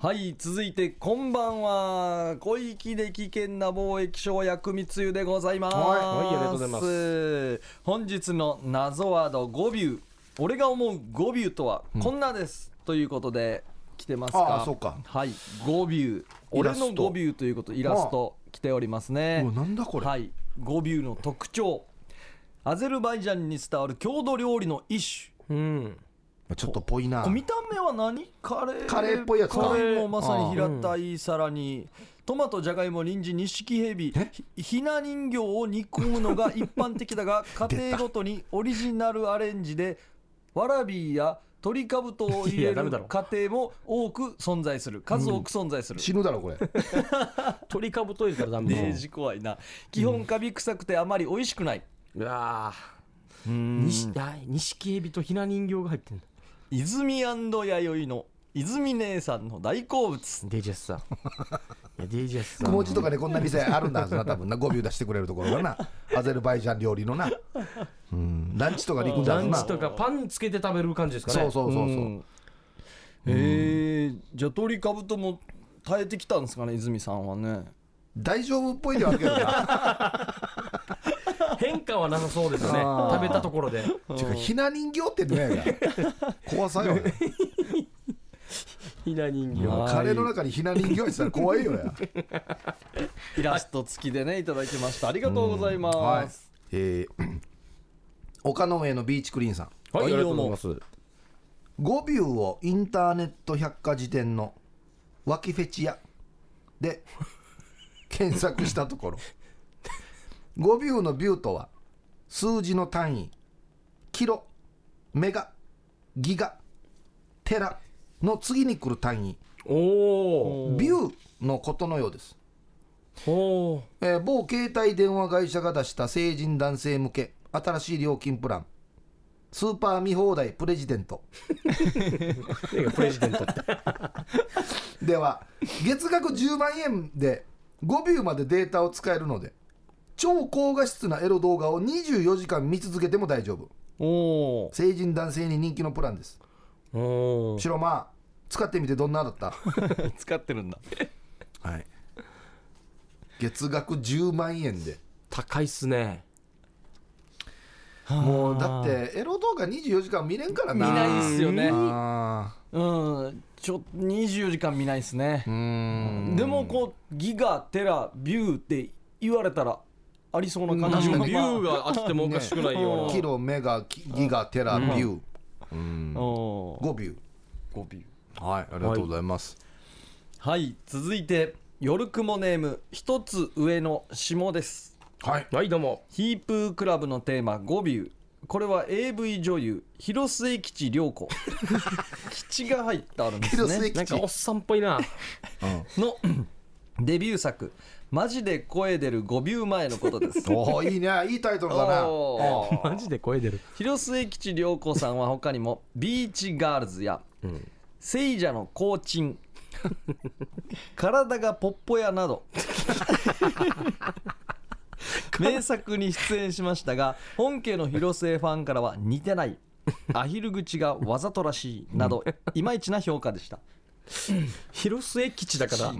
Speaker 1: はい続いてこんばんは小粋で危険な貿易商薬蜜湯でございます
Speaker 3: はい
Speaker 2: はいありがとうございます
Speaker 1: 本日の謎ワード5ビュー俺が思う5ビューとはこんなです、ということで来てますか
Speaker 3: ああそうか
Speaker 1: はい5ビュー俺の5ビューということイラスト来ておりますね
Speaker 3: うわなんだこれ
Speaker 1: はい5ビューの特徴アゼルバイジャンに伝わる郷土料理の一種
Speaker 2: うん
Speaker 3: まあちょっとぽいな
Speaker 1: こう見た目は何カレー
Speaker 3: カレーっぽいやつか
Speaker 1: カレーもまさに平たい皿にトマトじゃがいも人参錦エビ
Speaker 3: え
Speaker 1: ひひな人形を煮込むのが一般的だ が家庭ごとにオリジナルアレンジでわらびや鳥かぶとを入
Speaker 2: い
Speaker 1: れ
Speaker 2: やダ
Speaker 1: る
Speaker 2: メだろ
Speaker 1: 家庭も多く存在する数多く存在する、
Speaker 3: 死ぬだろこれ
Speaker 2: 鳥かぶといたらダメだ
Speaker 1: デージ怖いな基本カビ臭くてあまり美味しくない、
Speaker 2: うわー錦エビとひな人形が入ってる
Speaker 1: 泉弥生の泉姉さんの大好物
Speaker 2: デージャスさんいやデージャスさん
Speaker 3: 雲地とかでこんな店あるんだはずな多分な5秒出してくれるところが なアゼルバイジャン料理のなうんランチとかに行くんだ
Speaker 2: ラ
Speaker 3: はず
Speaker 2: ン
Speaker 3: な
Speaker 2: チとかパンつけて食べる感じですかね
Speaker 3: そうそうそうそう、
Speaker 1: んえー、じゃあ鳥かぶとも耐えてきたんですかね泉さんはね
Speaker 3: 大丈夫っぽいではあるけどな
Speaker 2: 変化はなさそうですね
Speaker 3: あー
Speaker 2: 食べたところで
Speaker 3: てかひな人形ってね怖さよね
Speaker 2: ひな人形
Speaker 1: はい
Speaker 3: カレーの中にひな人形入ってたら怖いよや
Speaker 1: イラスト付きでねいただきましたありがとうございます、
Speaker 3: えー 丘の上のビーチクリーンさん
Speaker 1: は
Speaker 2: はい、あ
Speaker 1: い
Speaker 2: りがとうございます。
Speaker 3: 語尾をインターネット百科事典の脇フェチ屋で検索したところ語尾のビューとは数字の単位キロメガギガテラの次に来る単位
Speaker 2: おお
Speaker 3: ビューのことのようです
Speaker 2: ー。おー
Speaker 3: えー某携帯電話会社が出した成人男性向け新しい料金プランスーパー見放題プレジデント
Speaker 2: 何がプレジデントって。
Speaker 3: では月額10万円で5秒までデータを使えるので超高画質なエロ動画を24時間見続けても大丈夫
Speaker 1: おお
Speaker 3: 成人男性に人気のプランです
Speaker 2: おー
Speaker 3: 白間使ってみてどんなだった
Speaker 1: 使ってるんだ
Speaker 3: はい月額10万円で
Speaker 2: 高いっすね。
Speaker 3: もうだってエロ動画24時間見れんから
Speaker 1: 見
Speaker 3: な
Speaker 1: ないっすよね
Speaker 3: あ
Speaker 1: うんちょ24時間見ないっすね
Speaker 3: ーうーん
Speaker 1: でもこうギガテラビューって言われたらありそうな感じ
Speaker 2: 確
Speaker 1: もまあ
Speaker 2: かにビューがあってもおかしくないような。
Speaker 3: キロメガキギガテラビュー
Speaker 1: おー
Speaker 3: 5ビュ
Speaker 1: ごビュー
Speaker 3: ーはいありがとうございます、
Speaker 1: はい続いて夜雲ネーム一つ上の下です
Speaker 3: はい
Speaker 2: はい、どうも。
Speaker 1: ヒープークラブのテーマ「ゴビュー」これは AV 女優広末吉良 子吉が入ってあるんです
Speaker 3: 広末
Speaker 1: ね
Speaker 3: 吉
Speaker 2: なんかおっさんっぽいな。
Speaker 1: の デビュー作「マジで声出るゴビュー前」のことです
Speaker 3: おおいいねいいタイトルだな
Speaker 1: おー
Speaker 2: マジで声出る。
Speaker 1: 広末吉良子さんは他にも「ビーチガールズ」や
Speaker 2: うん
Speaker 1: 「聖者の行進」「 体がポッポ屋」など名作に出演しましたが本家の広末ファンからは似てないアヒル口がわざとらしいなどいまいちな評価でした
Speaker 2: 広末吉だから。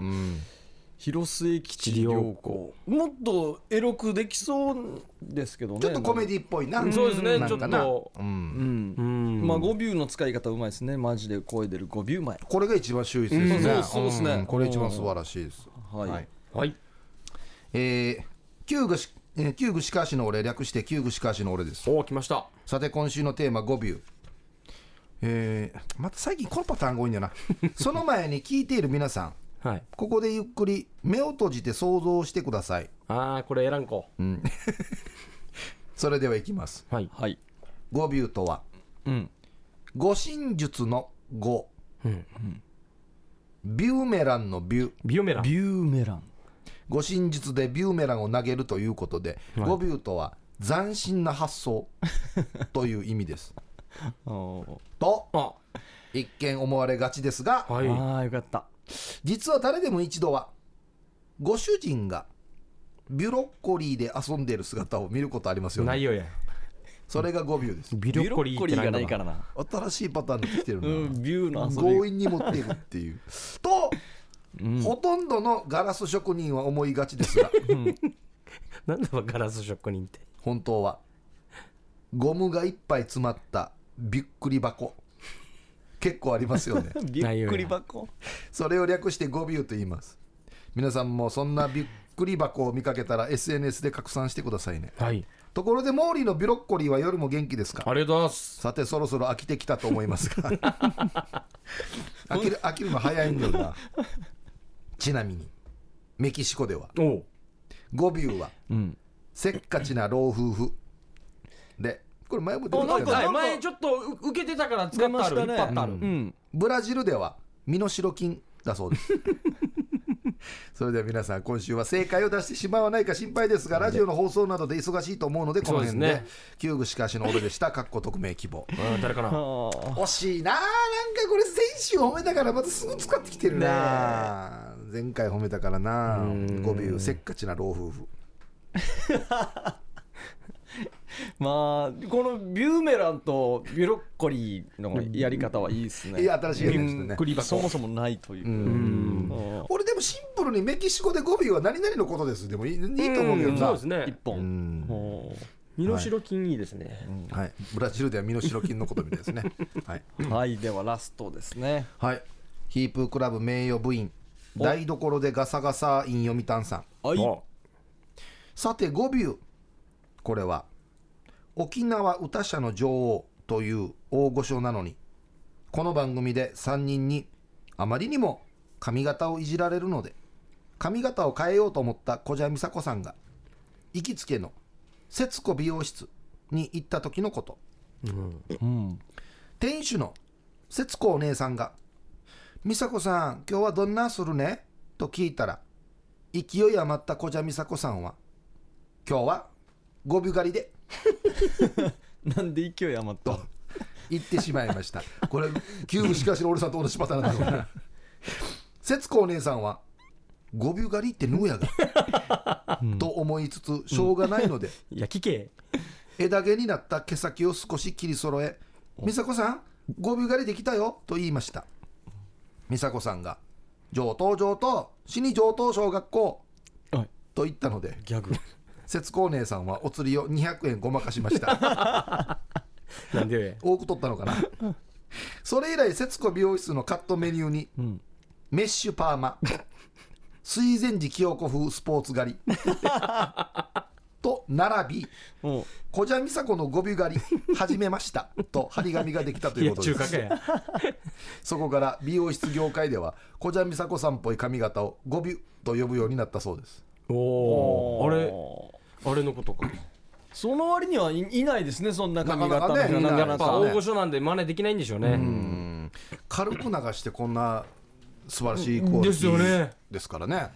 Speaker 1: 広末吉
Speaker 2: 良
Speaker 1: 良子もっとエロくできそうですけどね
Speaker 3: ちょっとコメディっぽいな、
Speaker 2: そうですね、
Speaker 3: な
Speaker 2: ちょ
Speaker 3: ん
Speaker 2: っ
Speaker 3: かな
Speaker 2: と。
Speaker 3: うん
Speaker 1: うん
Speaker 2: うん
Speaker 1: まあ5ビューの使い方うまいですねマジで声出る5ビュー前
Speaker 3: これが一番秀逸で
Speaker 1: う
Speaker 3: すね、
Speaker 1: んそうそうですね
Speaker 3: んこれ一番素晴らしいです、
Speaker 1: はい、
Speaker 3: はい
Speaker 2: はい。
Speaker 3: えー、旧具し、えー、旧具しかしの俺略して旧具しかしの俺です
Speaker 2: おお、来ました。
Speaker 3: さて今週のテーマ5ビューえー、また最近このパターンが多いんだ よなその前に聞いている皆さん
Speaker 2: はい。
Speaker 3: ここでゆっくり目を閉じて想像してください
Speaker 2: ああ、これ選んこ。
Speaker 3: それではいきます
Speaker 2: はい。
Speaker 1: はい
Speaker 3: 5ビューとは
Speaker 1: うん
Speaker 3: 護身術の5、ビューメランのビュー
Speaker 2: ビオメラ。
Speaker 1: ビューメラン
Speaker 3: 護身術でビューメランを投げるということで、
Speaker 2: はい
Speaker 3: ゴビューとは斬新な発 想という意味です。と
Speaker 2: あ、
Speaker 3: 一見思われがちですが
Speaker 2: はい。
Speaker 1: ああよかった
Speaker 3: 実は誰でも一度はご主人がビュロッコリーで遊んでいる姿を見ることありますよ
Speaker 2: ない
Speaker 3: ね。
Speaker 2: よや。
Speaker 3: それがゴビューです。
Speaker 2: ビロッコリーって
Speaker 1: ビロッがない
Speaker 2: ん
Speaker 1: か
Speaker 2: だ
Speaker 1: らな
Speaker 3: 新しいパターンできてる
Speaker 1: う
Speaker 3: な。
Speaker 1: んビューの遊
Speaker 3: 強
Speaker 1: び
Speaker 3: 引に持っていくっていう。 と、ほとんどのガラス職人は思いがちです が
Speaker 2: なんだわガラス職人って。
Speaker 3: 本当はゴムがいっぱい詰まったびっくり箱結構あります よね
Speaker 1: びっくり箱
Speaker 3: それを略してゴビューと言います皆さんもそんなびっくり箱を見かけたら SNS で拡散してくださいね
Speaker 2: はい。
Speaker 3: ところでモーリーのビロッコリーは夜も元気ですか
Speaker 2: ありがとうございます。
Speaker 3: さてそろそろ飽きてきたと思います が飽きる飽きるの早いんだよなちなみにメキシコでは
Speaker 2: おう
Speaker 3: ゴビューは
Speaker 1: うん
Speaker 3: せっかちな老夫婦でこれ前も出て
Speaker 2: お
Speaker 3: き
Speaker 2: な
Speaker 3: た
Speaker 2: ん
Speaker 3: よ
Speaker 2: か
Speaker 3: な
Speaker 2: はい前ちょっとう受けてたから使ったある、引っ張ったある、
Speaker 1: うん
Speaker 3: ブラジルでは身の代金だそうです それでは皆さん今週は正解を出してしまわないか心配ですがラジオの放送などで忙しいと思うのでこの辺
Speaker 2: そう
Speaker 3: で
Speaker 2: ですね
Speaker 3: 旧具しかしの俺でしたかっこ匿名希望
Speaker 2: うん誰かな
Speaker 1: ああ
Speaker 3: 惜しいなあなんかこれ先週褒めたからまたすぐ使ってきてるな前回褒めたからな語尾せっかちな老夫婦
Speaker 1: まあこのビューメランとビュロッコリーのやり方はいいですね
Speaker 3: いや新しいやつです
Speaker 1: び
Speaker 3: ね
Speaker 1: っくり箱そもそもないといううん
Speaker 3: 俺でもシンプルにメキシコで語尾は何々のことですでもいいいいと思うけど
Speaker 2: そう
Speaker 3: な
Speaker 2: ですね
Speaker 1: 一本お
Speaker 2: 身の代金いいですね、
Speaker 3: はい、ブラジルでは身の代金のことみたい ですね。はい、
Speaker 1: ーはいではラストですね
Speaker 3: はい、ヒープークラブ名誉部員台所でガサガサイン読谷さん
Speaker 1: はい
Speaker 2: お
Speaker 3: さて5秒これは沖縄歌社の女王という大御所なのにこの番組で3人にあまりにも髪型をいじられるので髪型を変えようと思った小蛇美佐子さんが行きつけの節子美容室に行った時のこと
Speaker 1: うん
Speaker 3: 店主の節子お姉さんが「美佐子さん今日はどんなするね?」と聞いたら勢い余った小蛇美佐子さんは「今日は5秒狩りで
Speaker 1: なんで勢い余ったの」
Speaker 3: 行ってしまいましたこれキューブしかしの俺さんと同じパターンなんだろうな節子お姉さんは「5秒狩りってぬうやが」と思いつつしょうがないので、
Speaker 2: いや聞け
Speaker 3: 枝毛になった毛先を少し切り揃え「美佐子さんゴビ狩りできたよ」と言いました美佐子さんが「上等上等死に上等小学校
Speaker 1: はい」
Speaker 3: と言ったので
Speaker 1: ギャグ
Speaker 3: 節子お姉さんはお釣りを200円ごまかしました
Speaker 2: なんで
Speaker 3: 多く取ったのかなそれ以来節子美容室のカットメニューに、
Speaker 1: ん
Speaker 3: メッシュパーマ水前寺清子風スポーツ狩りと並び
Speaker 1: も
Speaker 3: 小蛇美佐子の語尾狩り始めましたと張り紙ができたと
Speaker 2: い
Speaker 3: いう
Speaker 2: や
Speaker 3: こと
Speaker 2: 中
Speaker 3: で
Speaker 2: 華
Speaker 3: す
Speaker 2: かや
Speaker 3: そこから美容室業界では小蛇美佐子さんっぽい髪型を語尾と呼ぶようになったそうです
Speaker 2: お
Speaker 1: う
Speaker 2: おあれ
Speaker 1: おー
Speaker 2: あれのことか
Speaker 1: その割にはいいないですねそんな髪型の
Speaker 3: なかなかね
Speaker 1: 人
Speaker 3: いない
Speaker 2: やっぱ大御所なんで真似できないんでしょうね
Speaker 3: 軽く流してこんな素晴らしいクオリテ
Speaker 2: ですよ
Speaker 3: ィ
Speaker 2: ね
Speaker 3: ですからね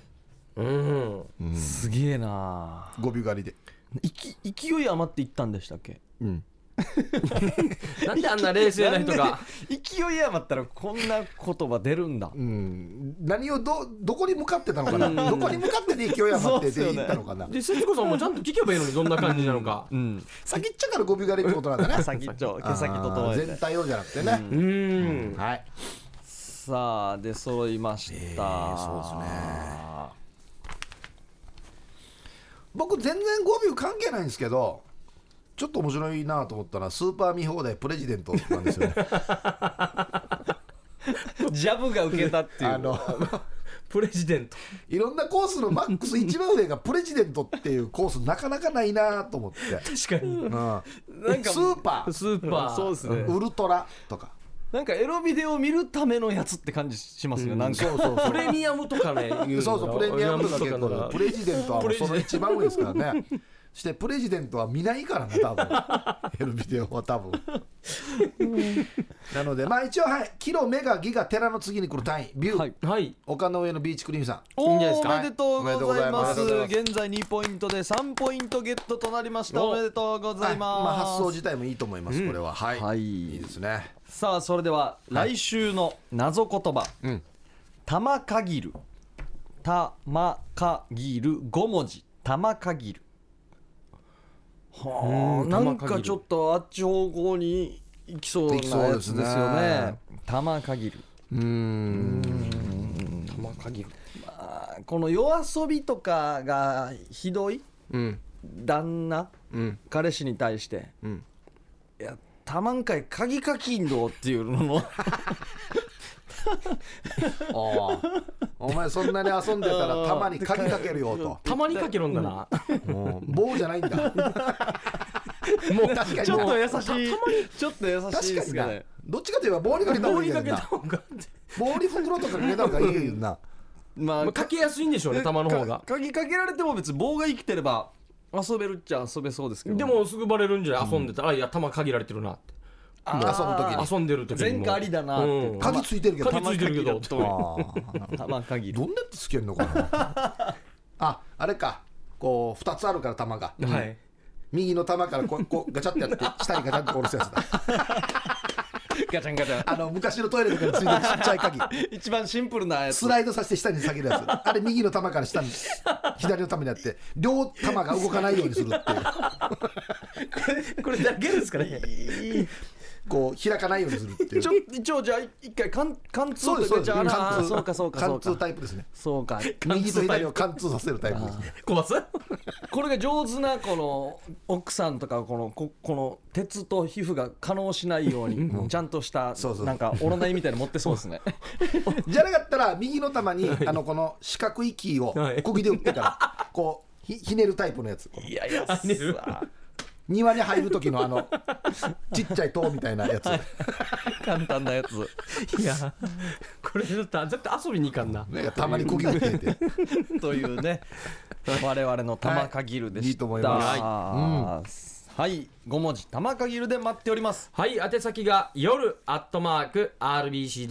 Speaker 2: うん
Speaker 1: すげえな
Speaker 3: 語尾狩りで、
Speaker 1: いき勢い余っていったんでしたっけ
Speaker 2: なんであんな冷静な人が
Speaker 1: 勢い余ったらこんな言葉出るんだ
Speaker 3: うん、何をどどこに向かってたのかなどこに向かってで勢い余ってで言ったのかな、
Speaker 2: で節子さんもちゃんと聞けばいいのにどんな感じなのか
Speaker 1: うん
Speaker 3: 先っちょから語尾狩りってことなんだね
Speaker 1: 先っちょ毛先整
Speaker 3: あー
Speaker 1: え
Speaker 3: 全
Speaker 1: て
Speaker 3: 体をじゃなくてね、
Speaker 2: うん
Speaker 3: はい
Speaker 1: さあ出揃いました、
Speaker 3: そうです僕全然語尾関係ないんですけどちょっと面白いなと思ったのはスーパー見放題プレジデントなんですよね
Speaker 1: ジャブが受けたっていう
Speaker 3: あの
Speaker 2: プレジデント
Speaker 3: いろんなコースのマックス一番上がプレジデントっていうコースなかなかないなと思って、
Speaker 2: 確かに
Speaker 3: うん、
Speaker 1: なんか
Speaker 3: スーパー
Speaker 2: スーパー
Speaker 1: そうですね
Speaker 3: ウルトラとか
Speaker 1: なんかエロビデオを見るためのやつって感じしますね、なんか
Speaker 3: そうそうそ
Speaker 2: プレミアムとかね
Speaker 3: うそうそうプレミアムとか結構ねプレジデントはもうその一番上ですからねそしてプレジデントは見ないからね多 分ヘルビデオは多分なのでまあ一応はいキロメガギガテラの次に来る単位ビュー、
Speaker 1: はい
Speaker 2: はい
Speaker 3: 丘の上のビーチクリームさん
Speaker 1: お
Speaker 2: いいんじゃないですか
Speaker 1: おめでとうございます
Speaker 3: おめでとうございます
Speaker 1: 現在2ポイントで3ポイントゲットとなりました
Speaker 2: お
Speaker 1: おめでとうございます、
Speaker 3: はいまあ、発想自体もいいと思います、これははい、、
Speaker 1: はいい
Speaker 3: いですね
Speaker 1: さあそれでは来週の謎言葉
Speaker 3: うん
Speaker 1: 「たまかぎる」「たまかぎる」5文字「たまかぎる」は
Speaker 2: う
Speaker 1: あ
Speaker 2: ん
Speaker 1: なん
Speaker 2: 玉かぎ
Speaker 1: か
Speaker 2: る
Speaker 1: ちょっとあっち方向に行きそうなやつですよね「たまかぎる」
Speaker 3: うーん
Speaker 2: 玉鍵
Speaker 1: あーこの夜遊びとかがひどい
Speaker 3: うん
Speaker 1: 旦那
Speaker 3: うん
Speaker 1: 彼氏に対して
Speaker 3: うん
Speaker 1: 「いやたまんかい鍵かきんどう」っていうのの
Speaker 3: おーお前そんなに遊んでたらたまに鍵かけるよと
Speaker 2: たまにかけるんだな
Speaker 3: うん棒じゃないんだ
Speaker 2: もう
Speaker 3: 確かに
Speaker 1: ちょっと
Speaker 3: な
Speaker 1: 優しいちょっと優しいで
Speaker 3: 確か
Speaker 1: す
Speaker 3: に
Speaker 1: か
Speaker 3: な
Speaker 1: ね
Speaker 3: どっちかといえば棒にかけた方
Speaker 2: 棒
Speaker 3: がいい
Speaker 2: に
Speaker 3: やん
Speaker 2: かけた
Speaker 3: な
Speaker 2: 方が
Speaker 3: 棒に袋とかかけた方がいいよ な
Speaker 1: ま
Speaker 2: まあかけやすいんでしょうね
Speaker 1: え
Speaker 2: 玉の方が
Speaker 1: か鍵かけられても別に棒が生きてれば遊べるっちゃ遊べそうですけどね
Speaker 2: でもすぐバレるんじゃない遊んでたらあいや玉限られてるなって
Speaker 1: あ
Speaker 3: 遊ぶ時に
Speaker 1: ー
Speaker 2: 遊んでる時にも
Speaker 1: 前科ありだなって
Speaker 2: うん
Speaker 3: 鍵ついてるけど
Speaker 2: 鍵ついてるけど
Speaker 1: 玉
Speaker 3: あ
Speaker 1: 鍵
Speaker 3: ー
Speaker 1: 玉限
Speaker 3: ど
Speaker 1: り
Speaker 3: んなやってつけるのかなああれかこう二つあるから玉が
Speaker 2: はい
Speaker 3: 右の玉からこうこうガチャってやって下にガチャって下ろすやつだ
Speaker 1: ガチャンガチャ
Speaker 3: あの昔のトイレとかについてるちっちゃい鍵
Speaker 1: ン一番シンプルなやつ
Speaker 3: スライドさせて下に下げるやつあれ右の玉から下に左の玉にやって両玉が動かないようにするっていう
Speaker 2: これだけですかね
Speaker 3: こう開かないようにするっていう
Speaker 1: ちょ一応じゃあ一回貫貫通
Speaker 3: そうです
Speaker 1: と
Speaker 3: そ
Speaker 1: いううか
Speaker 3: で
Speaker 1: じ
Speaker 3: す
Speaker 1: ゃああら
Speaker 3: 貫通
Speaker 1: そうかそうかそう
Speaker 3: 貫
Speaker 1: か
Speaker 3: 通タイプですね
Speaker 1: そうか
Speaker 3: 右と左を貫通させるタイプですね
Speaker 2: 壊す
Speaker 1: これが上手なこの奥さんとかこのここの鉄と皮膚が可能しないようにちゃんとした
Speaker 3: そうそう
Speaker 1: なんかオロナイみたいなの持ってそうですね
Speaker 3: じゃなかったら右の玉にあのこの四角いキーを
Speaker 2: はい
Speaker 3: 釘で打ってからこうひひねるタイプのやつ
Speaker 1: いやいや
Speaker 2: あ寝る
Speaker 1: さあ
Speaker 3: 庭に入る時のあのちっちゃい塔みたいなやつ、
Speaker 1: 簡単なやつ
Speaker 2: いやこれちょっと絶対遊びに行かんな
Speaker 3: ねたまに釘が出て
Speaker 1: というね我々の玉かぎるでした、
Speaker 3: はいいいと思います
Speaker 1: はい、
Speaker 3: は
Speaker 1: はい、5文字玉かぎるで待っております
Speaker 2: はい宛先が夜アットマーク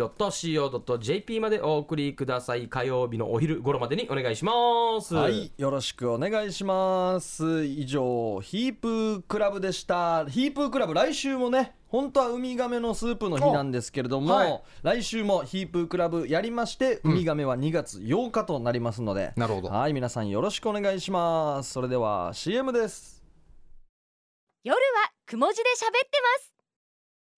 Speaker 2: RBC.CO.JP までお送りください火曜日のお昼頃までにお願いします
Speaker 1: はいよろしくお願いします以上ヒープークラブでしたヒープークラブ来週もね本当はウミガメのスープの日なんですけれども、
Speaker 3: おはい
Speaker 1: 来週もヒープークラブやりまして、ウミガメは2月8日となりますので
Speaker 3: なるほど
Speaker 1: はい皆さんよろしくお願いしますそれでは CM です
Speaker 4: 夜はくも字で喋ってます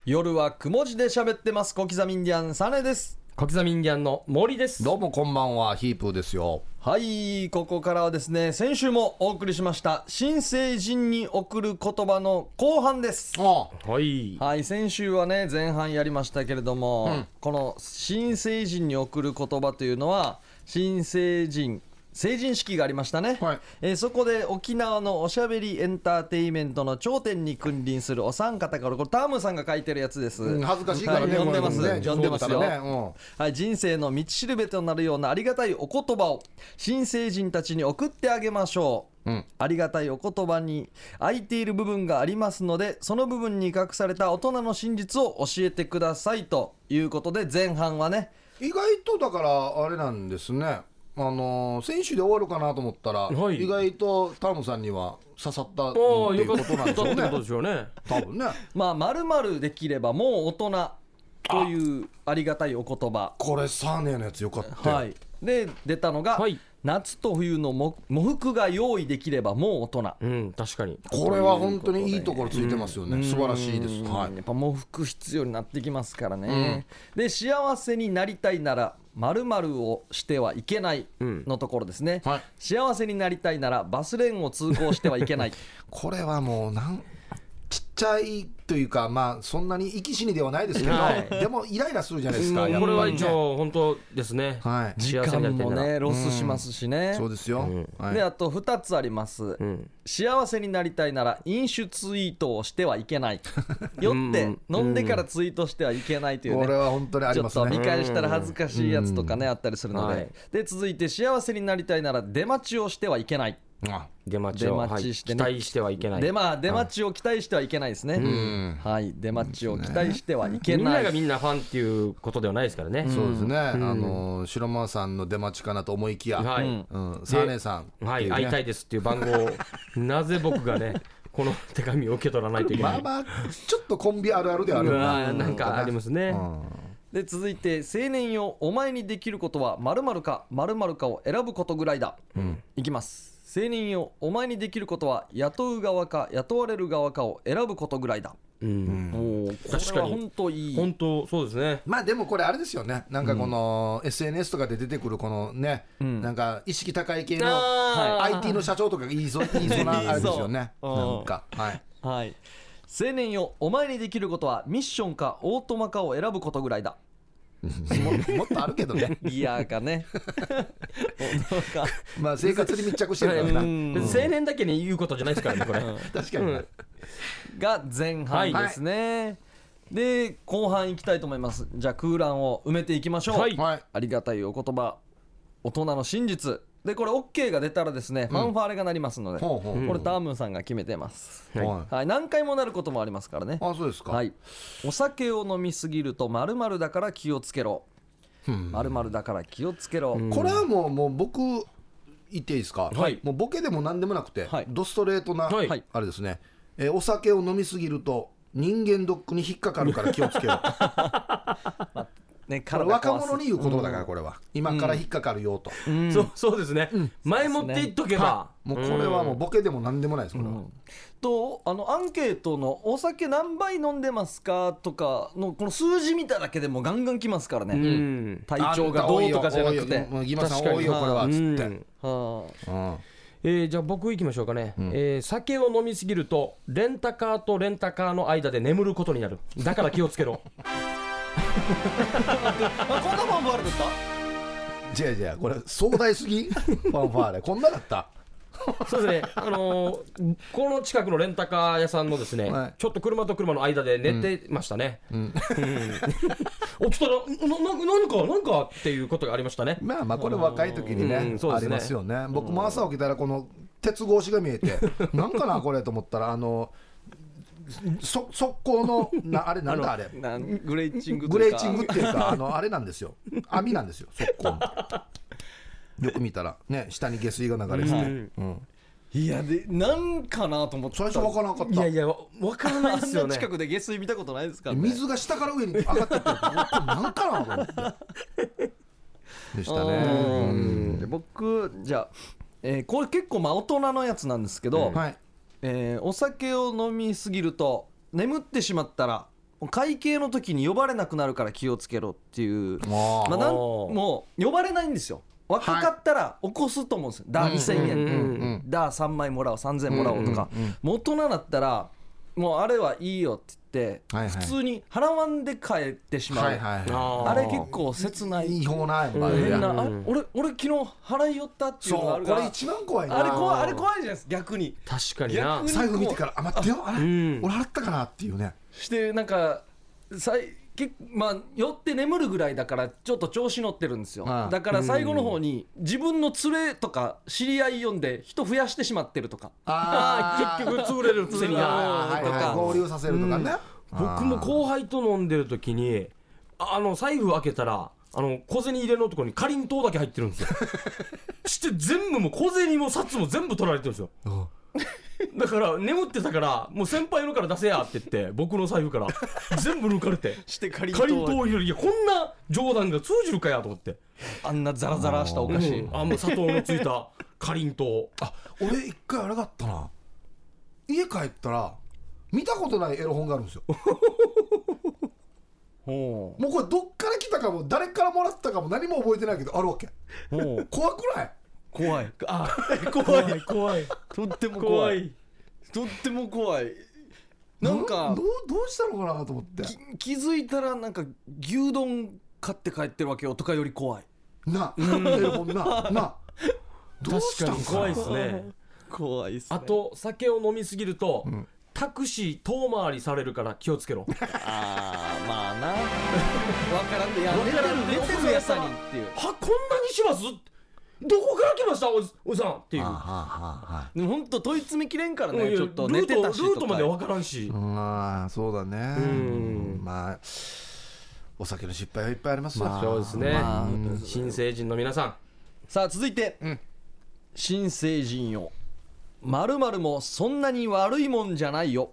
Speaker 1: 夜はくも字で喋ってます小刻みインディアンサネです
Speaker 2: 小刻みインディアンの森です
Speaker 3: どうもこんばんはヒープーですよ
Speaker 1: はいここからはですね先週もお送りしました新成人に送る言葉の後半です
Speaker 3: あ
Speaker 2: はい
Speaker 1: はい先週はね前半やりましたけれども、
Speaker 3: うん
Speaker 1: この新成人に送る言葉というのは新成人成人式がありましたね、
Speaker 3: はい
Speaker 1: えーそこで沖縄のおしゃべりエンターテインメントの頂点に君臨するお三方からこれタームさんが書いてるやつです、
Speaker 3: うん恥ずかしいからね、
Speaker 1: は読んでます、
Speaker 3: これね
Speaker 1: 読んでますよ、
Speaker 3: そうだからね
Speaker 1: はい、人生の道しるべとなるようなありがたいお言葉を新成人たちに送ってあげましょう、
Speaker 3: うん
Speaker 1: ありがたいお言葉に空いている部分がありますのでその部分に隠された大人の真実を教えてくださいということで前半はね
Speaker 3: うん意外とだからあれなんですねあのー、選手で終わるかなと思ったら、
Speaker 2: はい
Speaker 3: 意外とタムさんには刺さったって
Speaker 2: おー
Speaker 3: い
Speaker 2: よ
Speaker 3: う
Speaker 2: か
Speaker 3: こ
Speaker 2: った
Speaker 3: となんでしょう
Speaker 2: ってこと
Speaker 3: ね
Speaker 2: ですよね
Speaker 3: 多分ね
Speaker 1: まあ丸々できればもう大人というありがたいお言葉
Speaker 3: これサーネーのやつよかったよ、
Speaker 1: はいで出たのが、
Speaker 2: はい
Speaker 1: 夏と冬のも喪服が用意できればもう大人
Speaker 2: うん確かに
Speaker 3: これは本当にいいところついてますよね、素晴らしいです、はい
Speaker 1: やっぱ喪服必要になってきますからね、で幸せになりたいなら〇〇をしてはいけないのところですね、
Speaker 3: はい
Speaker 1: 幸せになりたいならバスレーンを通行してはいけ ない
Speaker 3: これはもうなんちっちゃいというかまあそんなに生き死にではないですけど、
Speaker 2: はい
Speaker 3: でもイライラするじゃないですか、やっぱ
Speaker 2: こ
Speaker 3: り
Speaker 2: れ
Speaker 3: ね
Speaker 2: は一応本当ですね
Speaker 3: はい
Speaker 1: 時
Speaker 2: 幸せ
Speaker 1: 間
Speaker 2: になりたい
Speaker 1: も
Speaker 2: なら
Speaker 1: ねロスしますしね、
Speaker 3: そうですよ、はい
Speaker 1: であと2つあります、
Speaker 2: ん
Speaker 1: 幸せになりたいなら飲酒ツイートをしてはいけない 酔って飲んでからツイートしてはいけないというね
Speaker 3: これは本当にあ
Speaker 1: ち
Speaker 3: り
Speaker 1: ょ
Speaker 3: ま
Speaker 1: っ
Speaker 3: す
Speaker 1: と見
Speaker 3: ね
Speaker 1: 返したら恥ずかしいやつとかねあったりするの
Speaker 2: は
Speaker 1: で
Speaker 2: い
Speaker 1: で続いて幸せになりたいなら出待ちをしてはいけない
Speaker 3: あ
Speaker 2: 出待ちを
Speaker 1: 出待ちしてね
Speaker 2: はい期待してはいけない
Speaker 1: 出,、まあ、出待ちを期待してはいけないですね
Speaker 3: ん
Speaker 1: はい出待ちを期待してはいけ
Speaker 2: みん
Speaker 1: な
Speaker 2: ないがみんなファンっていうことではないですからね、
Speaker 3: そうですね、あの白間さんの出待ちかなと思いきや、
Speaker 2: はい、
Speaker 3: うん、サーネさん
Speaker 2: はい、
Speaker 3: ってうね
Speaker 2: 会いたいですっていう番号をなぜ僕がねこの手紙を受け取らないといけ
Speaker 3: ま
Speaker 2: な
Speaker 3: あ
Speaker 2: い
Speaker 3: まあちょっとコンビあるあるではあ
Speaker 2: う
Speaker 3: る
Speaker 2: わーなんかありますね、
Speaker 1: で続いて青年よお前にできることは〇〇か〇〇かを選ぶことぐらいだ、いきます青年よお前にできることは雇う側か雇われる側かを選ぶことぐらいだ
Speaker 2: うん、
Speaker 1: もうこ
Speaker 2: 確
Speaker 1: れ
Speaker 2: か
Speaker 1: は
Speaker 2: に
Speaker 1: 本当いい
Speaker 2: 本当そうですね
Speaker 3: まあでもこれあれですよねなんかこの SNS とかで出てくるこのね、なんか意識高い系の
Speaker 2: あー
Speaker 3: IT の社長とか言いそう言いそうなあれですよね
Speaker 1: うん
Speaker 3: なんかはい
Speaker 1: はい青年よお前にできることはミッションかオートマかを選ぶことぐらいだ
Speaker 3: ももっとあるけど ね
Speaker 1: ギアかねオートマか
Speaker 3: まあ生活に密着してるからな
Speaker 2: うん青年だけに言うことじゃないですからねこれ、
Speaker 3: 確かにね
Speaker 1: が前半ですね、で後半いきたいと思いますじゃあ空欄を埋めていきましょう、
Speaker 2: はい
Speaker 3: はい
Speaker 1: ありがたいお言葉大人の真実でこれ OK が出たらですね、ファンファーレが鳴りますので、
Speaker 3: ほうほう
Speaker 1: これタームンさんが決めてます、
Speaker 2: はい
Speaker 3: はい
Speaker 1: はい、何回もなることもありますからね
Speaker 3: あそうですか
Speaker 1: はい、お酒を飲みすぎるとまるだから気をつけろまるだから気をつけろ、
Speaker 3: これはもうもう僕言っていいですか
Speaker 1: はい
Speaker 3: もうボケでも何でもなくて
Speaker 1: はい
Speaker 3: ドストレートな
Speaker 2: はい
Speaker 3: あれですねえーお酒を飲みすぎると人間ドックに引っかかるから気をつけろ
Speaker 1: ね
Speaker 3: これ
Speaker 1: 体
Speaker 3: 若
Speaker 1: 壊す
Speaker 3: 者に言うことだからこれは今から引っかかるよと
Speaker 2: そうそうですね、前もって言っとけば、
Speaker 3: もうこれはもうボケでも何でもないですこれは
Speaker 1: とあのアンケートの「お酒何杯飲んでますか?」とかのこの数字見ただけでもガンガンきますからね、
Speaker 2: うん
Speaker 1: 体調がどうとかじゃなくて
Speaker 3: もうギマさん
Speaker 2: 確かに
Speaker 3: 多いよこれは
Speaker 2: う
Speaker 3: つ
Speaker 2: ん
Speaker 3: って
Speaker 1: は
Speaker 3: うん
Speaker 2: えーじゃあ僕行きましょうかね、えー酒を飲みすぎるとレンタカーとレンタカーの間で眠ることになるだから気をつけ ろ
Speaker 1: あ、こんなもんもあるんですか
Speaker 3: じゃあじゃあこれ壮大すぎファンファーレこんなだった
Speaker 2: そうですね、あのーこの近くのレンタカー屋さんのですね、
Speaker 3: はい
Speaker 2: ちょっと車と車の間で寝てましたね、
Speaker 3: ん
Speaker 2: うん起きたら、なななんか、なんかっていうことがありましたね、
Speaker 3: まあまあこれ若い時にね,、
Speaker 2: うんそうで
Speaker 3: あ
Speaker 2: す
Speaker 3: り
Speaker 2: ね
Speaker 3: ますよね僕も朝起きたらこの鉄格子が見え てなんかなこれと思ったらあのそ速攻のなあれなんだあれ
Speaker 1: なんグレーチングと
Speaker 3: グ
Speaker 1: いう
Speaker 3: レー
Speaker 1: か
Speaker 3: チングっていうかあのあれなんですよ網なんですよ速攻のよく見たらね下に下水が流れてて、
Speaker 1: うん
Speaker 3: うん
Speaker 1: いやでなんかなと思って
Speaker 3: 最初分からなかった
Speaker 2: いやいや、わわからないです
Speaker 1: あ
Speaker 2: よ
Speaker 1: んな
Speaker 2: ね
Speaker 1: 近、くで下水見たことないですからね
Speaker 3: 水が下から上に上がってってこれなんかなと思ってでした
Speaker 1: う
Speaker 3: ね
Speaker 1: んで僕じゃあ、えーこれ結構まあ大人のやつなんですけど、
Speaker 3: はい
Speaker 1: えーお酒を飲みすぎると眠ってしまったら会計の時に呼ばれなくなるから気をつけろっていう
Speaker 3: もう
Speaker 1: まあ、なん
Speaker 2: おー
Speaker 1: もう呼ばれないんですよ若かったら起こすと思うんですよ、だ2000円、
Speaker 2: うんうんうん
Speaker 1: だ3枚もらおう3000もらおうとか、
Speaker 3: うんうんうん
Speaker 1: もう大人だったらもうあれはいいよって言って、
Speaker 3: はいはい
Speaker 1: 普通に払わんで帰ってしまう、
Speaker 3: はいはいは
Speaker 2: あー
Speaker 1: あれ結構切ないい
Speaker 3: いい方ないもんあれ
Speaker 1: 変
Speaker 3: ね
Speaker 1: な、
Speaker 2: うん
Speaker 1: あれ俺俺昨日払いよったっていうのが
Speaker 3: そ
Speaker 1: あ
Speaker 3: う
Speaker 1: る
Speaker 3: こ
Speaker 1: から
Speaker 3: れ一番怖い
Speaker 1: あれ
Speaker 3: な
Speaker 1: 怖いあれ怖いじゃないですか逆に
Speaker 2: 確かにな
Speaker 1: 逆、に
Speaker 3: 最後見てからあ待ってよあれ
Speaker 2: うん
Speaker 3: 俺払ったかなっていうね
Speaker 1: してなんかさいけまあ酔って眠るぐらいだからちょっと調子乗ってるんですよ
Speaker 3: ああ
Speaker 1: だから最後の方に自分の連れとか知り合い呼んで人増やしてしまってるとか
Speaker 2: あー結局、潰れるくせにな。
Speaker 3: はい
Speaker 1: と
Speaker 3: は
Speaker 1: か
Speaker 3: い合流させるとかね
Speaker 2: 僕も後輩と飲んでる時にああの財布開けたらあの小銭入れのところにかりんとうだけ入ってるんですよ して全部もう小銭も札も全部取られてるんですよ
Speaker 3: うん
Speaker 2: だから眠ってたからもう先輩のから出せやって言って僕の財布から全部抜かれて
Speaker 1: してかりん
Speaker 2: かりんと
Speaker 1: と
Speaker 2: う入れるいやこんな冗談が通じるかやと思って
Speaker 1: あんなザラザラしたお菓子
Speaker 2: あもう砂糖のついた かりんとうあ
Speaker 3: 俺一回あれだったな家帰ったら見たことないエロ本があるんですよ
Speaker 1: ほ
Speaker 3: もうこれどっから来たかも誰からもらったかも何も覚えてないけどあるわけ
Speaker 1: うほう
Speaker 3: 怖くない
Speaker 1: 怖い
Speaker 2: あ怖い怖い
Speaker 1: とっても怖
Speaker 2: 怖
Speaker 1: い
Speaker 2: い
Speaker 1: とっても怖いなんか
Speaker 3: どうどうしたのかなと思って
Speaker 1: き気づいたらなんか牛丼買って帰ってるわけよとかより怖い
Speaker 3: なエロ本ななどうした
Speaker 2: 確か
Speaker 3: のかな
Speaker 2: に怖いですね
Speaker 1: 怖いっすね
Speaker 2: あと酒を飲みすぎると、タクシー遠回りされるから気をつけろ
Speaker 1: ああまあな わからんでいや
Speaker 2: わ
Speaker 1: 寝て
Speaker 2: からんで
Speaker 1: る寝てるやさにっていう
Speaker 2: はこんなにしますどこから来ましたおじおじさんっていう
Speaker 3: あはあはあ
Speaker 1: でも本当問い詰めきれんから
Speaker 2: うんい
Speaker 1: ね
Speaker 2: や
Speaker 1: ちょっと
Speaker 2: ル
Speaker 1: 寝
Speaker 2: ート
Speaker 1: てたし
Speaker 2: ルー
Speaker 1: と
Speaker 2: トま
Speaker 1: か
Speaker 2: でわからんし、
Speaker 3: まあそうだね
Speaker 2: うん
Speaker 3: まあお酒の失敗はいっぱいありますよ、
Speaker 2: そうですね、
Speaker 1: まあ
Speaker 2: うん新成人の皆さん
Speaker 1: さあ続いて
Speaker 3: うん
Speaker 1: 新成人よまるもそんなに悪いもんじゃないよ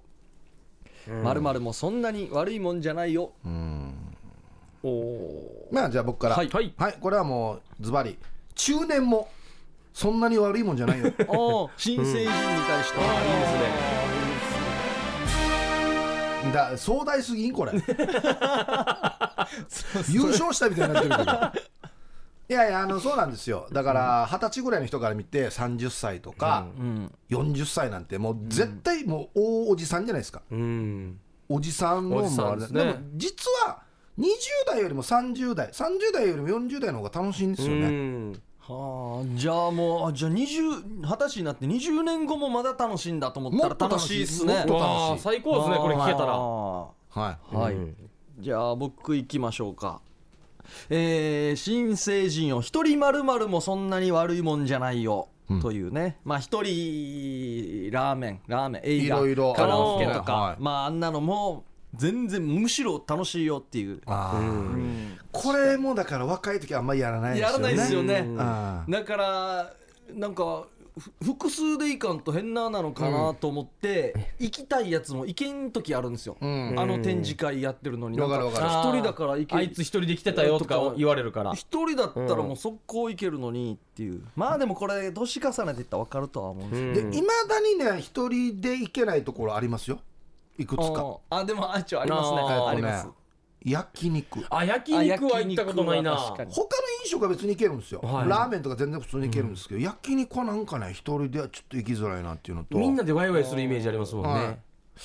Speaker 1: まるもそんなに悪いもんじゃないよおお
Speaker 3: まあじゃあ僕から
Speaker 1: は
Speaker 3: はいい、
Speaker 2: はい
Speaker 3: これはもうズバリ中年もそんなに悪いもんじゃない よ
Speaker 1: おー新成人に対して、
Speaker 2: あーいいですね
Speaker 3: だ壮大すぎんこれ優勝したみたいになってるけどいやいやあのそうなんですよだから二十歳ぐらいの人から見て30歳とか
Speaker 1: うん
Speaker 3: 40歳なんてもう絶対もう大おじさんじゃないですか
Speaker 2: うん
Speaker 3: おじさんの
Speaker 2: おじさん
Speaker 3: も
Speaker 2: です
Speaker 3: で
Speaker 2: ね
Speaker 3: も実は20代よりも30代30代よりも40代の方が楽しいんですよね
Speaker 2: うん
Speaker 1: はあじゃあもうあじゃあ20二十歳になって20年後もまだ楽しいんだと思ったら
Speaker 3: もっと
Speaker 1: 楽
Speaker 3: 楽
Speaker 1: し
Speaker 3: し
Speaker 1: い
Speaker 3: い
Speaker 1: っすね
Speaker 3: もっと楽しいう
Speaker 2: わー最高ですねこれ聞けた
Speaker 1: あ
Speaker 2: ら
Speaker 1: ー
Speaker 3: は
Speaker 1: はい、
Speaker 2: うん
Speaker 1: じゃあ僕行きましょうかえー新成人を一人まるまるもそんなに悪いもんじゃないよ、というねまあ一人ラーメンラーメン映画
Speaker 3: いろいろ
Speaker 1: カラオケと
Speaker 3: あ
Speaker 1: か、
Speaker 3: のはい
Speaker 1: まああんなのも全然むしろ楽しいよっていう、
Speaker 3: あーこれもだから若い時はあんまりやらないです
Speaker 1: やら
Speaker 3: よね
Speaker 1: ないですよね、
Speaker 2: うん
Speaker 3: あ
Speaker 1: だからなんかふ複数でいかんと変ななのかなと思って、行きたいやつも行けん時あるんですよ、
Speaker 3: ん
Speaker 1: あの展示会やってるのに
Speaker 3: わかるわかる
Speaker 1: なん一人だから行け
Speaker 2: あいつ一人で来てたよとか言われるから
Speaker 1: 一人だったらもう速攻行けるのにっていう、まあでもこれ年重ねていったら分かるとは思うんですよ、
Speaker 3: いまだにね一人で行けないところありますよいくつか
Speaker 1: ああでもあ一応ありますね
Speaker 2: あ
Speaker 1: あ
Speaker 2: ー
Speaker 1: ります、
Speaker 3: 焼肉他
Speaker 2: あ焼肉は行ったことないな
Speaker 1: あ焼肉は確かに
Speaker 3: の飲食は別に行けるんですよ、
Speaker 2: はい
Speaker 3: ラーメンとか全然普通に行けるんですけど、焼肉はなんかね一人ではちょっと行きづらいなっていうのと
Speaker 2: みんなでワイワイするイメージありますもんね、
Speaker 3: はい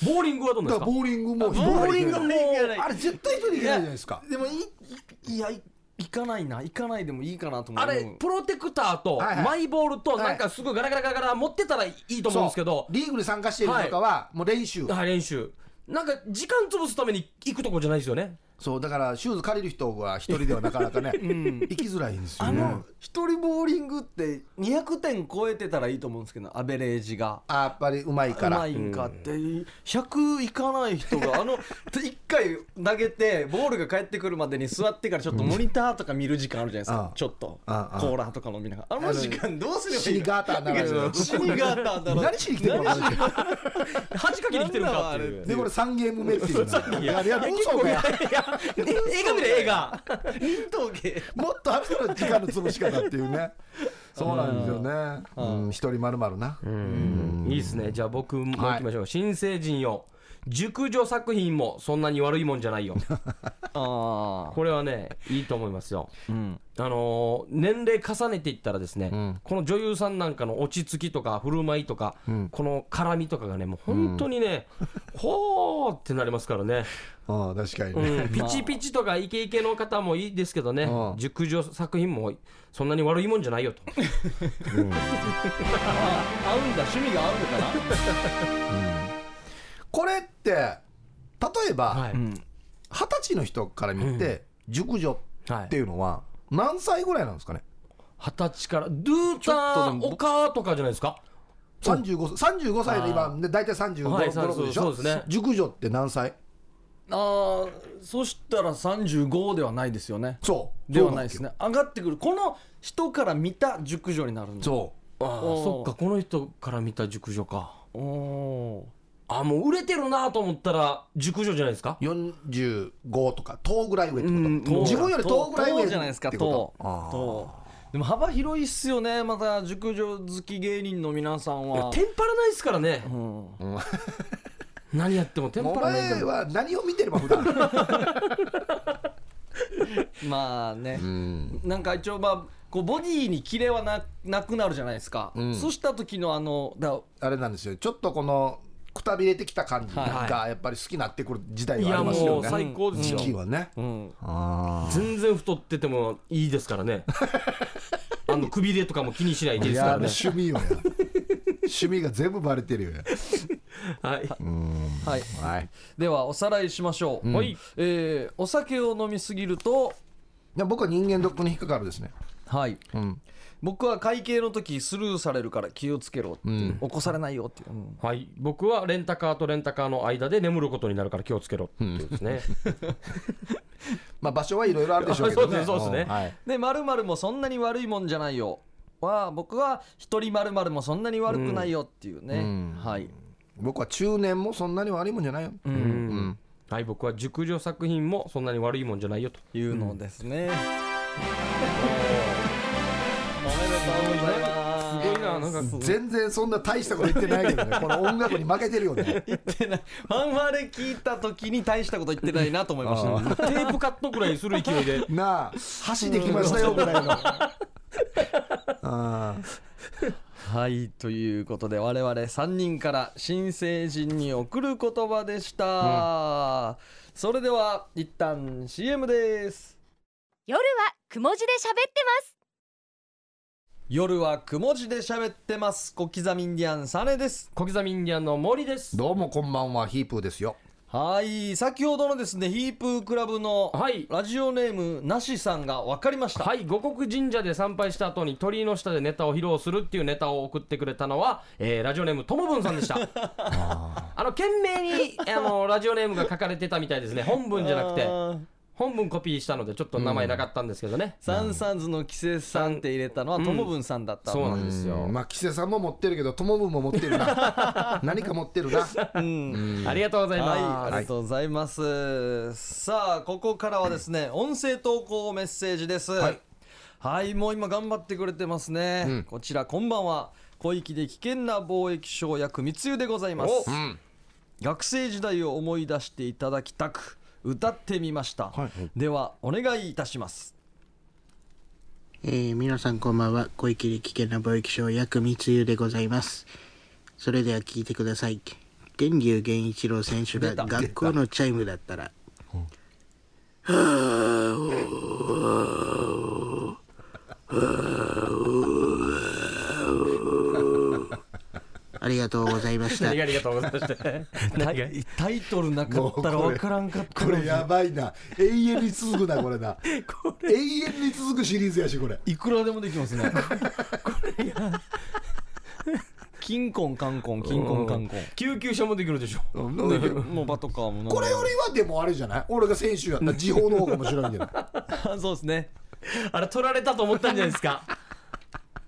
Speaker 2: ボーリングはどうな
Speaker 3: だ
Speaker 2: んです
Speaker 3: か
Speaker 2: から
Speaker 3: ボーリングも
Speaker 1: ボーリングも
Speaker 3: 一人で行けない
Speaker 1: もう
Speaker 3: あれ絶対一人で行けないじゃないですか
Speaker 1: でもいいいやい行かないな行かないでもいいかなと思
Speaker 2: あ
Speaker 1: う
Speaker 2: れプロテクターと
Speaker 3: はいはい
Speaker 2: マイボールと
Speaker 3: はい
Speaker 2: なんかすごいガラガラガラガラ持ってたらいいと思うんですけど、
Speaker 3: リーグに参加しているとかはもう練習、
Speaker 2: はい、練習なんか時間潰すために行くとこじゃないですよね
Speaker 3: そうだからシューズ借りる人は一人ではなかなかね、行きづらいんですよ
Speaker 1: あ
Speaker 3: ね
Speaker 1: の一人ボーリングって200点超えてたらいいと思うんですけどアベレージが。
Speaker 3: あやっぱりうまいうから
Speaker 1: まいんかって100いかない人があの1回投げてボールが返ってくるまでに座ってからちょっとモニターとか見る時間あるじゃないです
Speaker 3: うん
Speaker 1: かちょっとコ
Speaker 3: うんうん
Speaker 1: ーラとか飲みながらあの時間どうすればいい
Speaker 3: シリガーターならず
Speaker 1: の死にガーターだろ
Speaker 3: 何しに来てるの
Speaker 2: 恥かきに来てるかっていう
Speaker 3: でこれ3ゲーム目っていうのいやいや嘘
Speaker 2: いや
Speaker 3: か
Speaker 2: いや映画見れ 映画
Speaker 1: 人頭芸
Speaker 3: もっとあるの時間の潰し方っていうねそうなんですよねうん一人まるまるな
Speaker 2: うんいいですねじゃあ僕も行きましょう、新成人よ熟女作品もそんなに悪いもんじゃな いよ
Speaker 1: あ
Speaker 2: これはねいいと思いますよ
Speaker 1: あうん
Speaker 2: あのー年齢重ねていったらですね、
Speaker 3: ん
Speaker 2: この女優さんなんかの落ち着きとか振る舞いとか、
Speaker 3: うん
Speaker 2: この絡みとかがねもう本当 にね、ほーってなりますからね、
Speaker 3: うん確かに
Speaker 2: う
Speaker 3: ね
Speaker 2: ん、ピチピチとかイケイケの方もいいですけどね、
Speaker 3: うん
Speaker 2: 熟女作品もそんなに悪いもんじゃないよと
Speaker 1: 合うんだ趣味が合うのかな
Speaker 3: これって例えば
Speaker 2: はい、
Speaker 1: うん
Speaker 3: 二十歳の人から見て熟女
Speaker 2: はい
Speaker 3: っていうのは何歳ぐらいなんですかね
Speaker 2: 二十歳からドゥーターオカーとかじゃないですか
Speaker 3: 35, 35歳で今ね大体35、
Speaker 2: はい
Speaker 3: 5 6でしょ
Speaker 2: そうですね
Speaker 3: 熟女って何歳
Speaker 1: ああそしたら35ではないですよね
Speaker 3: そう
Speaker 1: ではないです
Speaker 3: ね
Speaker 1: ね上がってくるこの人から見た熟女になるんだ
Speaker 3: そう
Speaker 2: あ
Speaker 1: おー
Speaker 2: そっかこの人から見た熟女か
Speaker 1: おお
Speaker 2: あもう売れてるなと思ったら熟女じゃないですか
Speaker 3: 45とか遠ぐらい上ってこと
Speaker 2: 遠
Speaker 3: 自分より遠ぐらい上
Speaker 1: じゃないですか
Speaker 3: ってこ
Speaker 1: 遠
Speaker 3: とあー
Speaker 1: 遠でも幅広いっすよねまた熟女好き芸人の皆さん
Speaker 2: いや
Speaker 1: は
Speaker 2: テンパらないですからね
Speaker 1: うん
Speaker 2: 何やってもテンパ
Speaker 3: お
Speaker 2: らないから
Speaker 3: 前は何を見てれば普 段
Speaker 1: まあねなんか一応まあこうボディにキレはななくなるじゃないですか、
Speaker 3: ん
Speaker 1: そうした時のあのだ
Speaker 3: あれなんですよちょっとこのくたびれてきた感じ
Speaker 1: はい
Speaker 3: がやっぱり好きになってくる時代
Speaker 2: い
Speaker 3: があ
Speaker 2: や
Speaker 3: りますよ
Speaker 2: もう
Speaker 3: ね、
Speaker 2: 最高です
Speaker 3: 時
Speaker 2: よ
Speaker 3: 期はね
Speaker 1: うん
Speaker 3: あ
Speaker 2: 全然太っててもいいですから ねあのくびれとかも気にしない
Speaker 3: ー
Speaker 2: でいい
Speaker 3: い
Speaker 2: ですか
Speaker 3: や
Speaker 2: ら
Speaker 3: もう
Speaker 2: ね
Speaker 3: 趣味よや趣味が全部バレてるよや
Speaker 2: はい
Speaker 1: はい、
Speaker 3: はい
Speaker 1: ではおさらいしましょう、
Speaker 2: はい
Speaker 1: えーお酒を飲みすぎると
Speaker 3: で僕は人間ドックに引っかかるですね
Speaker 1: はい
Speaker 3: うん
Speaker 1: 僕は会計の時スルーされるから気をつけろっていう、起こされないよっていう、うん
Speaker 2: はい僕はレンタカーとレンタカーの間で眠ることになるから気をつけろっていうですね
Speaker 3: まあ場所はいろいろあるでしょうけどね
Speaker 2: そうですねそうですね
Speaker 3: んはい
Speaker 1: で〇〇もそんなに悪いもんじゃないよは僕は一人〇〇もそんなに悪くないよっていうね、
Speaker 3: うん
Speaker 1: はい
Speaker 3: 僕は中年もそんなに悪いもんじゃないよ、
Speaker 2: うん、はい僕は熟女作品もそんなに悪いもんじゃないよと
Speaker 1: いうのですね、おめでとうございます
Speaker 2: すごいななんか
Speaker 3: 全然そんな大したこと言ってないけどね この音楽に負けてるよね
Speaker 1: 言ってないファンファレ聞いた時に大したこと言ってないなと思いまし
Speaker 3: あ
Speaker 1: た
Speaker 2: テープカットぐらいする勢いで
Speaker 3: なあ箸できましたよぐらいのああ
Speaker 1: はいということで我々3人から新成人に送る言葉でした、それでは一旦 CM です
Speaker 4: 夜はくも字で喋ってます
Speaker 1: 夜はくも字で喋ってます小刻みインディアンサネです
Speaker 2: 小刻みインディアンの森です
Speaker 3: どうもこんばんはヒープーですよ
Speaker 1: はい先ほどのですねヒープークラブの
Speaker 2: はい
Speaker 1: ラジオネームなしさんが分かりました、
Speaker 2: はい五穀神社で参拝した後に鳥居の下でネタを披露するっていうネタを送ってくれたのは、えーラジオネームともぶんさんでした あの懸命にあのラジオネームが書かれてたみたいですね本文じゃなくて
Speaker 1: あー
Speaker 2: 本文コピーしたのでちょっと名前なかったんですけどね、
Speaker 1: サンサンズの季節さんって入れたのはともぶんさんだった、
Speaker 2: そうなんですよ、
Speaker 3: まあキセさんも持ってるけどともぶんも持ってる な何か持ってるな
Speaker 2: ありがとうございます、
Speaker 1: はい、ありがとうございます。さあ、ここからはですね、音声投稿メッセージです。はい、もう今頑張ってくれてますね。こちら、こんばんは。小域で危険な貿易商役密輸でございます。
Speaker 2: お
Speaker 1: 学生時代を思い出していただきたく、歌ってみました。では、お願いいたします。
Speaker 5: えー皆さんこんばんは。小池で危険な貿易商、薬密輸でございます。それでは聞いてください。天竜源一郎選手が学校のチャイムだったら、はぁ、おーありがとうございました
Speaker 2: 何。がありがとうございました
Speaker 1: タ
Speaker 2: 何が
Speaker 1: イタイトルなかったら
Speaker 3: もうこれ
Speaker 1: 分からんかった
Speaker 3: これやばいな永遠に続くなこれな永遠に続くシリーズやしこれ
Speaker 1: いくらでもできますね金婚観婚金婚観婚
Speaker 2: 救急車もできるでしょ
Speaker 1: もうバトカーもなんか
Speaker 3: これよりはでもあれじゃない俺が先週やった時報の方が面白いんじゃない
Speaker 1: そうですね
Speaker 2: あれ取られたと思ったんじゃないですか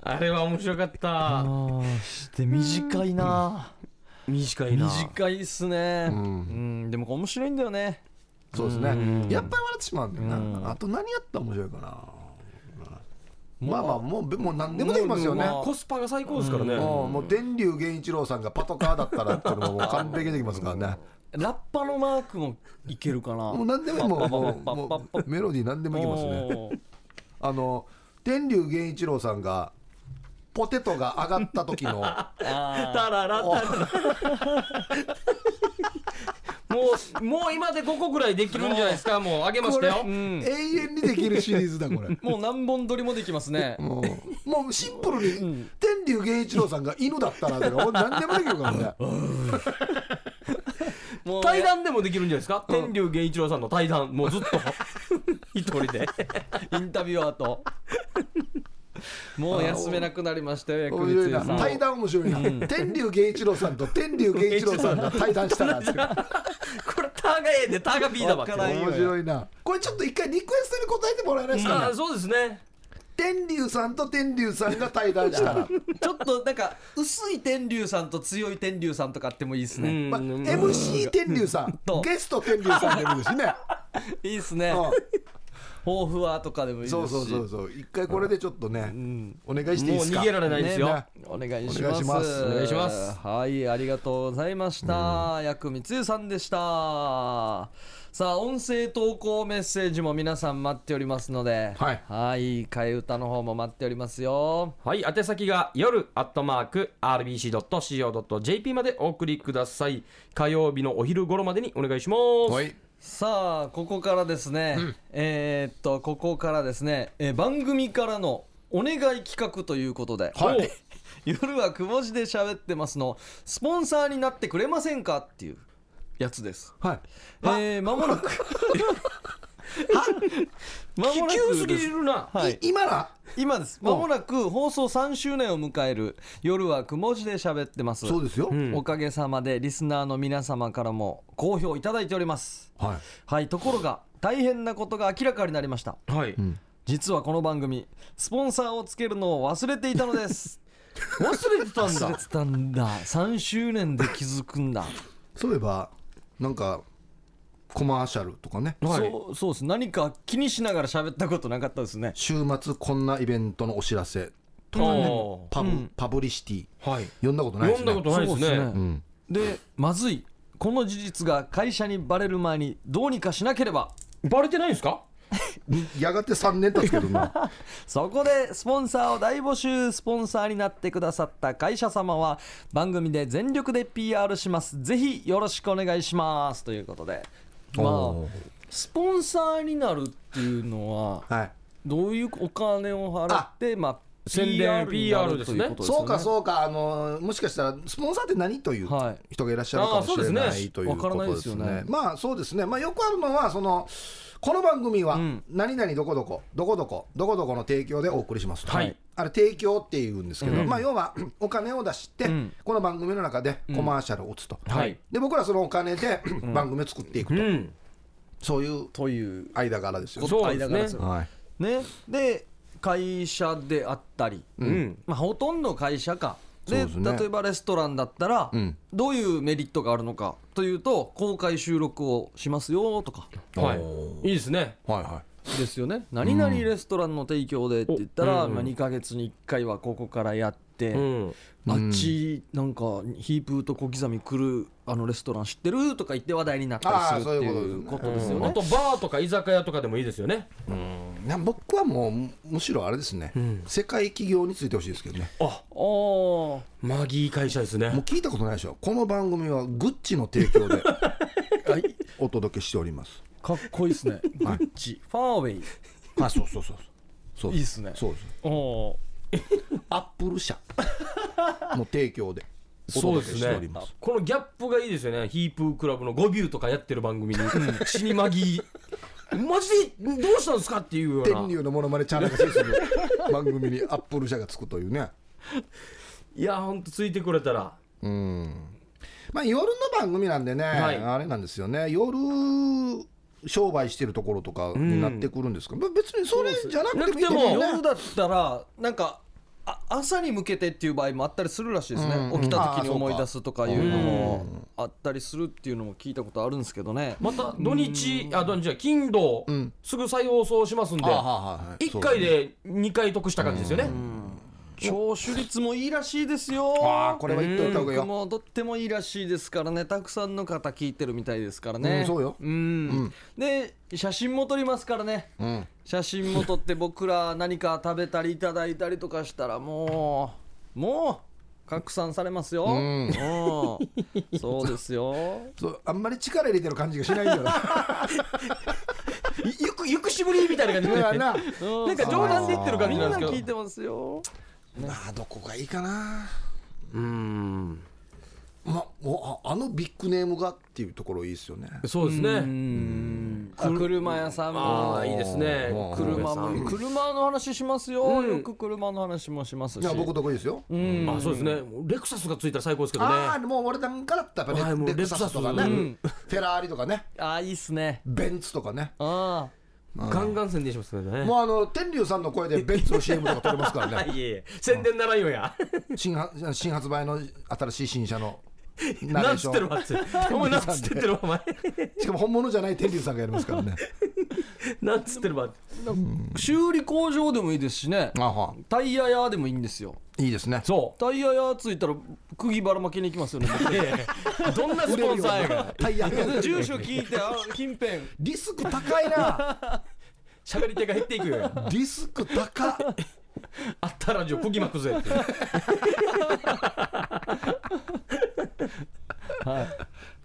Speaker 2: あれは面白かった
Speaker 1: ああして短いな
Speaker 2: 短いな
Speaker 1: 短いっすねうんでも面白いんだよね
Speaker 3: そうですねやっぱり笑ってしまうんだよなあと何やったら面白いかなまあまあもうべもう何でもできますよね
Speaker 1: もう
Speaker 2: コスパが最高ですからね、
Speaker 3: もうもう電流源一郎さんがパトカーだったらっていうのももう完璧にできますからね
Speaker 1: ラッパのマークもいけるかな
Speaker 3: もう何でももうも
Speaker 1: パ
Speaker 3: う
Speaker 1: ッパッパッパッパッ
Speaker 3: もうメロディー何でもいけますね
Speaker 1: おー
Speaker 3: あの天竜源一郎さんがポテトが上がった時の
Speaker 1: あ
Speaker 2: タララタララもう もう今で5個ぐらいできるんじゃないですかもうあげましたよ
Speaker 3: こ
Speaker 1: ーう
Speaker 3: れ
Speaker 1: ん
Speaker 3: 永遠にできるシリーズだこれ。
Speaker 1: もう何本撮りもできますね
Speaker 3: もうもうシンプルに天竜源一郎さんが犬だったらとかもう何でもできるからね。
Speaker 1: もう
Speaker 2: 対談でもできるんじゃないですか、天竜源一郎さんの対談もうずっと一人で
Speaker 1: インタビュアーと。もう休めなくなりましたよ、ヤク
Speaker 3: 面
Speaker 1: ル
Speaker 3: 白
Speaker 1: ト
Speaker 3: いな
Speaker 1: さん。
Speaker 3: 対談面白いな天竜源一郎さんと天竜源一郎さん が対談したらって
Speaker 2: これターが A でターが B だわけ
Speaker 1: わからんよ
Speaker 3: 面白いなこれちょっと一回リクエストに答えてもらえないです
Speaker 2: あ
Speaker 3: か
Speaker 2: あ
Speaker 3: ね
Speaker 2: そうですね
Speaker 3: 天竜さんと天竜さんが対談したら
Speaker 1: ちょっとなんか、薄い天竜さんと強い天竜さんとかあってもいいですね。
Speaker 3: まあ
Speaker 2: うん
Speaker 3: MC 天竜さん
Speaker 1: と
Speaker 3: ゲスト天竜さんでもいいですしね
Speaker 1: いいですね。
Speaker 3: う
Speaker 1: 抱負はとかでもいいで
Speaker 3: ん
Speaker 1: すし。
Speaker 3: そうそうそうそう一回これでちょっとねお願いしていいで
Speaker 2: もう
Speaker 3: すか
Speaker 2: 逃げられないですよ、
Speaker 3: ね
Speaker 1: お願いし
Speaker 3: お願いしま
Speaker 1: ますす。
Speaker 2: お願いします
Speaker 1: はい、ありがとうございました。薬味つゆさんでした。さあ、音声投稿メッセージも皆さん待っておりますので、
Speaker 3: はい
Speaker 1: はい、替え歌の方も待っておりますよ。
Speaker 2: はい、宛先が夜アットマーク RBC.CO.JP までお送りください。火曜日のお昼頃までにお願いします。
Speaker 3: はい
Speaker 1: さあここからですね、えーっとここからですね、えー番組からのお願い企画ということで、
Speaker 3: はい
Speaker 1: 夜はくも字で喋ってますのスポンサーになってくれませんかっていうやつです
Speaker 3: はい
Speaker 1: えー、まもな くまもな
Speaker 2: 急す
Speaker 1: く
Speaker 2: ぎ
Speaker 1: です
Speaker 2: るな。
Speaker 1: はい
Speaker 3: 今な
Speaker 1: 今ですまもなく放送3周年を迎える夜はくも字で喋ってます
Speaker 3: そうですよ
Speaker 2: ん
Speaker 1: おかげさまでリスナーの皆様からも好評いただいております
Speaker 3: はい
Speaker 1: はい、ところが大変なことが明らかになりました
Speaker 2: はい。
Speaker 1: 実はこの番組スポンサーをつけるのを忘れていたのです
Speaker 2: 忘れてたん
Speaker 1: 忘れ
Speaker 2: だ。
Speaker 1: てたんだ3周年で気づくんだ、
Speaker 3: そういえばなんかコマーシャルとかね
Speaker 2: はい
Speaker 1: そうそうです何か気にしながら喋ったことなかったですね
Speaker 3: 週末こんなイベントのお知らせとかね
Speaker 2: おー
Speaker 3: パブ、パブリシティ
Speaker 2: はい。
Speaker 3: 読んだことないです
Speaker 2: 読ん
Speaker 3: ね
Speaker 2: だことないです
Speaker 1: そう
Speaker 2: ね。
Speaker 3: ん
Speaker 1: でまずいこの事実が会社にバレる前にどうにかしなければ
Speaker 2: バレてないんですか？
Speaker 3: やがて3年経つけど な
Speaker 1: そこでスポンサーを大募集スポンサーになってくださった会社様は番組で全力で PR しますぜひよろしくお願いしますということでま
Speaker 3: おー
Speaker 1: あスポンサーになるっていうのは
Speaker 3: はい
Speaker 1: どういうお金を払ってまあ
Speaker 2: 宣伝 PR ですね
Speaker 1: になるとい
Speaker 3: そう
Speaker 1: こと
Speaker 3: か
Speaker 1: ですよ
Speaker 3: そうかあのーもしかしたらスポンサーって何という
Speaker 1: は
Speaker 3: 人がいらっしゃるかもしれな
Speaker 2: あーそうです
Speaker 3: い
Speaker 2: ね
Speaker 3: というこ
Speaker 1: わからな
Speaker 3: と
Speaker 1: い
Speaker 3: で
Speaker 1: です
Speaker 3: す
Speaker 1: よ
Speaker 3: ね
Speaker 1: ね
Speaker 3: まあそうですねまあよくあるのはそのこの番組は
Speaker 1: ん
Speaker 3: 何々どこどこどこどこどこどこの提供でお送りしますと、
Speaker 2: はい
Speaker 3: あれ提供っていうんですけど、まあ要は お金を出して、
Speaker 1: ん
Speaker 3: この番組の中でコマーシャルを打つと、
Speaker 2: はい
Speaker 3: で僕らそのお金で番組を作っていく
Speaker 2: う
Speaker 3: と、
Speaker 2: ん。
Speaker 3: そういう
Speaker 1: という
Speaker 3: 間柄ですよね。
Speaker 2: そうで
Speaker 1: 間柄です
Speaker 2: す
Speaker 1: よ
Speaker 2: ね。
Speaker 3: はい
Speaker 1: ねで会社であったり、
Speaker 2: うん。
Speaker 1: まあ、ほとんど会社かで
Speaker 3: そうですね
Speaker 1: 例えばレストランだったら、
Speaker 3: ん
Speaker 1: どういうメリットがあるのかというと公開収録をしますよとか
Speaker 2: はい。いいですね。
Speaker 3: はいは
Speaker 1: ですよね何々レストランの提供でって言ったら、
Speaker 2: おうん
Speaker 1: まあ、2ヶ月に1回はここからやって、
Speaker 2: うん。
Speaker 1: あっちなんかヒープーと小刻み来るあのレストラン知ってるとか言って話題になったりするって
Speaker 3: あーそ
Speaker 1: い
Speaker 3: ういう
Speaker 1: う
Speaker 3: こ
Speaker 1: ことと
Speaker 3: で
Speaker 1: ですす
Speaker 3: ね
Speaker 1: よ
Speaker 2: あ
Speaker 1: ね。
Speaker 2: とバーとか居酒屋とかでもいいですよね。
Speaker 3: いな僕はもうむむしろあれですね、世界企業についてほしいですけどね
Speaker 2: あ、
Speaker 1: おー
Speaker 2: マギー会社です
Speaker 3: もう
Speaker 2: ね。
Speaker 3: 聞いたことないでしょこの番組はグッチの提供でお届けしております
Speaker 1: かっこいいですね。グッチ、ファーウェイ、
Speaker 3: あそうそうそうそう
Speaker 1: いいっすね
Speaker 3: そうです
Speaker 1: おー
Speaker 3: アップル社の提供でお
Speaker 2: そうで
Speaker 3: 届け
Speaker 2: す
Speaker 3: しており
Speaker 2: ね
Speaker 3: ます
Speaker 2: このギャップがいいですよねヒープークラブの5ビューとかやってる番組に死にまぎ マジでどうしたんですかっていうよう
Speaker 3: 天
Speaker 2: な
Speaker 3: 竜のモノマネチャンネルが制する 番組にアップル社がつくというね
Speaker 2: いやほんとついてくれたら
Speaker 3: うんまあ夜の番組なんでね、
Speaker 2: はい
Speaker 3: あれなんですよね夜商売してるところとかになってくるんですけど、まあ別にそれじゃなくてもいいんだよね
Speaker 1: 夜だったらなんかあ朝に向けてっていう場合もあったりするらしいですね、
Speaker 3: うん
Speaker 1: 起きた
Speaker 3: あー
Speaker 1: 時に思い出すとかいうのも
Speaker 3: そ
Speaker 1: あったりするっていうのも聞いたことあるんですけどね、
Speaker 2: また土日あ土日は金土、
Speaker 3: ん
Speaker 2: すぐ再放送しますんで
Speaker 3: あはいはいはい
Speaker 2: 1回で2回得した感じですよね、
Speaker 1: 聴取率もいいらしいですよ
Speaker 3: ああこれは言っといた方がいいよ
Speaker 1: もうとってもいいらしいですからねたくさんの方聞いてるみたいですからね、
Speaker 3: うんそうよ
Speaker 1: うんで写真も撮りますからね
Speaker 3: うん
Speaker 1: 写真も撮って僕ら何か食べたりいただいたりとかしたらもうもう拡散されますよ、う
Speaker 3: ん
Speaker 1: んそうですよ
Speaker 3: そうあんまり力入れてる感じがしないんだよな
Speaker 2: ゆくゆくしぶりみたいな感じ
Speaker 3: そ
Speaker 2: で
Speaker 3: うや
Speaker 2: な
Speaker 3: な
Speaker 1: なん
Speaker 2: か冗談で言ってる感じなんですけど
Speaker 1: みんな聞いてますよ
Speaker 3: まあどこがいいかな
Speaker 2: うん
Speaker 3: まあもうああのビッグネームがっていうところいいですよね
Speaker 2: そうです
Speaker 1: う
Speaker 2: ね
Speaker 1: んあ車屋さん
Speaker 2: あ
Speaker 1: も
Speaker 2: あいいですね
Speaker 3: うん
Speaker 1: 車
Speaker 2: うん
Speaker 1: も車の話しますよ、
Speaker 2: うん
Speaker 1: よく車の話もします
Speaker 3: い
Speaker 1: し
Speaker 3: や僕得意ですよ
Speaker 1: うん
Speaker 2: あそうですねレクサスがついたら最高ですけどね
Speaker 3: ああもう俺なんかだったら
Speaker 2: は
Speaker 3: や
Speaker 2: い
Speaker 3: っぱ
Speaker 2: もう
Speaker 3: ねレクサスとか
Speaker 2: レクサスう
Speaker 3: ね
Speaker 2: ん
Speaker 3: フェラーリとかね
Speaker 1: ああいいっすね
Speaker 3: ベンツとかね
Speaker 1: あ
Speaker 2: ガンガン宣伝しますけど ね
Speaker 3: もうあの天竜さんの声でベンツの CM とか撮れますから
Speaker 2: は
Speaker 3: ね
Speaker 2: いいえいえ宣伝ならんよや
Speaker 3: 新発新発売の新しい新車 のナレ
Speaker 2: な
Speaker 3: ー
Speaker 2: ん
Speaker 3: シ
Speaker 2: つってる
Speaker 3: ョ
Speaker 2: わっつ ってお前なんつってってるわお前
Speaker 3: ンしかも本物じゃない天竜さんがやりますから ね
Speaker 2: なんつってるわって
Speaker 1: あ修理工場でもいいですしね
Speaker 3: あは
Speaker 1: タイヤ屋でもいいんですよ
Speaker 3: いいですね
Speaker 2: そ
Speaker 1: タイヤ屋ついたら釘ばらまきに行きますよね
Speaker 2: ういやいやどんなスポンサ ーやから
Speaker 3: タイヤ
Speaker 1: 僕 住所聞いてあ近辺
Speaker 3: リスク高いな
Speaker 2: 喋り手が減っていくよや
Speaker 3: リスク高
Speaker 2: あったラジオこぎまくぜって
Speaker 3: は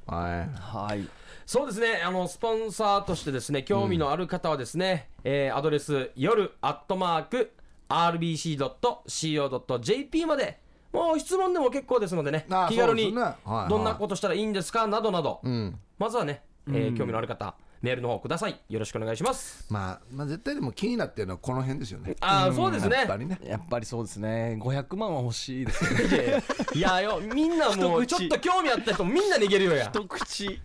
Speaker 1: はい
Speaker 2: そうですね、あのスポンサーとしてですね、興味のある方はですね、えーアドレス、夜アットマーク、rbc.co.jp まで、もう質問でも結構ですのでね、
Speaker 3: あー
Speaker 2: 気軽
Speaker 3: そう
Speaker 2: に、
Speaker 3: ですねはいはい
Speaker 2: どんなことしたらいいんですかなどなど、
Speaker 3: いうん
Speaker 2: まずはね、えー興味のある方、メールの方ください。よろしくお願いします。
Speaker 3: まあ、まあ絶対でも気になってるのはこの辺ですよね。
Speaker 2: ああ、そうです
Speaker 3: や
Speaker 2: ね
Speaker 3: っ。ぱりね。
Speaker 1: やっぱりそうですね500万は欲しいです ね
Speaker 2: いやいやいやよ、みんなもう、
Speaker 1: 一口
Speaker 2: ちょっと興味あった人、みんな逃げるよや。
Speaker 1: 一口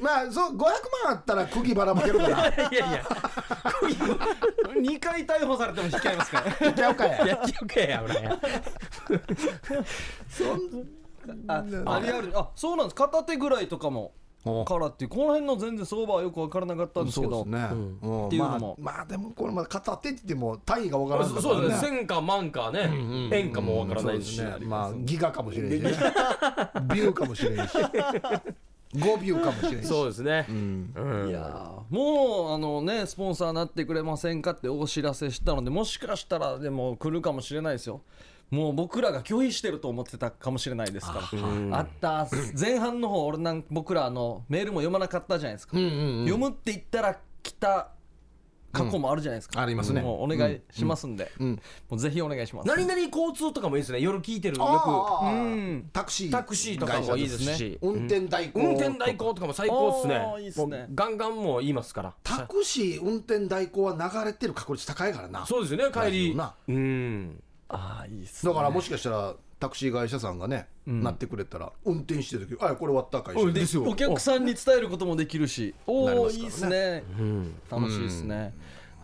Speaker 3: まあ、そう、500万あったら釘ばらまける から。
Speaker 2: い やいや、
Speaker 1: 2回逮捕されても引き合いますから
Speaker 3: ちゃうかや。
Speaker 2: やっちゃうかや、俺。
Speaker 3: そん
Speaker 1: ああリアルにあそうなんです片手ぐらいとかも
Speaker 3: お
Speaker 1: からっていうこの辺の全然相場はよく分からなかったんです
Speaker 3: そう
Speaker 1: け
Speaker 3: で
Speaker 1: ど
Speaker 3: すね。うん
Speaker 1: っていうのも
Speaker 3: まあ、まあでもこれまだ片手って言っても単位がわからんから
Speaker 2: そうですね、
Speaker 3: ね。
Speaker 2: 千か万かね、円かもわから
Speaker 3: そ
Speaker 2: な
Speaker 3: う
Speaker 2: い
Speaker 3: で
Speaker 2: です
Speaker 3: す
Speaker 2: し。
Speaker 3: ね。まあ、ギガかもしれん しね。ビューかもしれんし。5ビューかもしれんし。
Speaker 2: そうですね。うん
Speaker 1: いやーもうあのねスポンサーなってくれませんかってお知らせしたのでもしかしたらでも来るかもしれないですよもう僕らが拒否してると思ってたかもしれないですからあった前半の方俺なん僕らあのメールも読まなかったじゃないですか、
Speaker 3: うんうんうん。
Speaker 1: 読むって言ったら来た過去もあるじゃないですか、
Speaker 3: うんありますね
Speaker 1: もうお願いしますんで、もうぜひお願いします
Speaker 2: 何々交通とかもいいですね。夜聞いてるよ
Speaker 3: ああ
Speaker 1: うん
Speaker 3: タクシー。
Speaker 2: くタクシーとかもいいですし、
Speaker 3: 運転代行。
Speaker 2: 運転代行とかも最高っす
Speaker 1: あーいいっ
Speaker 2: ね。
Speaker 1: すね
Speaker 2: ガンガンもう言いますから。
Speaker 3: タクシー運転代行は流れてる確率高いからな。
Speaker 2: そうですよね、帰
Speaker 3: ラジオ
Speaker 2: り
Speaker 3: な。
Speaker 2: うん。
Speaker 1: ああいいっすね
Speaker 3: だからもしかしたらタクシー会社さんがね、なってくれたら運転してる時あこれ終わった会社
Speaker 2: うんですよ
Speaker 1: お客さんに伝えることもできるしお
Speaker 3: なり
Speaker 1: お
Speaker 3: ま
Speaker 1: ー、
Speaker 3: す
Speaker 1: い
Speaker 3: からね
Speaker 1: いですね楽しいですね、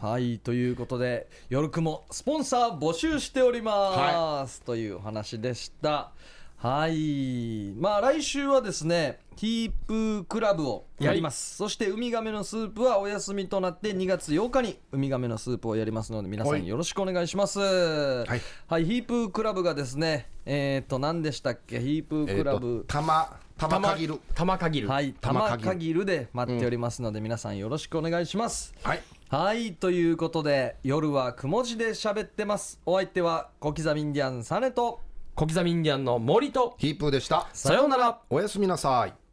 Speaker 1: はいということで「夜雲スポンサー募集しております」というお話でしたはいまあ来週はですねヒープークラブをやります、そしてウミガメのスープはお休みとなって2月8日にウミガメのスープをやりますので皆さ
Speaker 3: は
Speaker 1: ん
Speaker 3: い
Speaker 1: よろしくお願いします
Speaker 3: い
Speaker 1: はい、ヒープークラブがですねえっ、と何でしたっけヒープークラブ、
Speaker 3: 玉玉限る
Speaker 2: 玉限る。
Speaker 1: はい、
Speaker 3: 玉
Speaker 1: 玉
Speaker 3: 限る
Speaker 1: 限るで待っておりますので、皆さんよろしくお願いします。
Speaker 3: はい
Speaker 1: はい、ということで、夜はくも字で喋ってます。お相手は、小刻みインディアンサネと、
Speaker 2: 小刻みインディアンの森と、
Speaker 3: ヒープーでした
Speaker 2: さようなら。
Speaker 3: おやすみなさい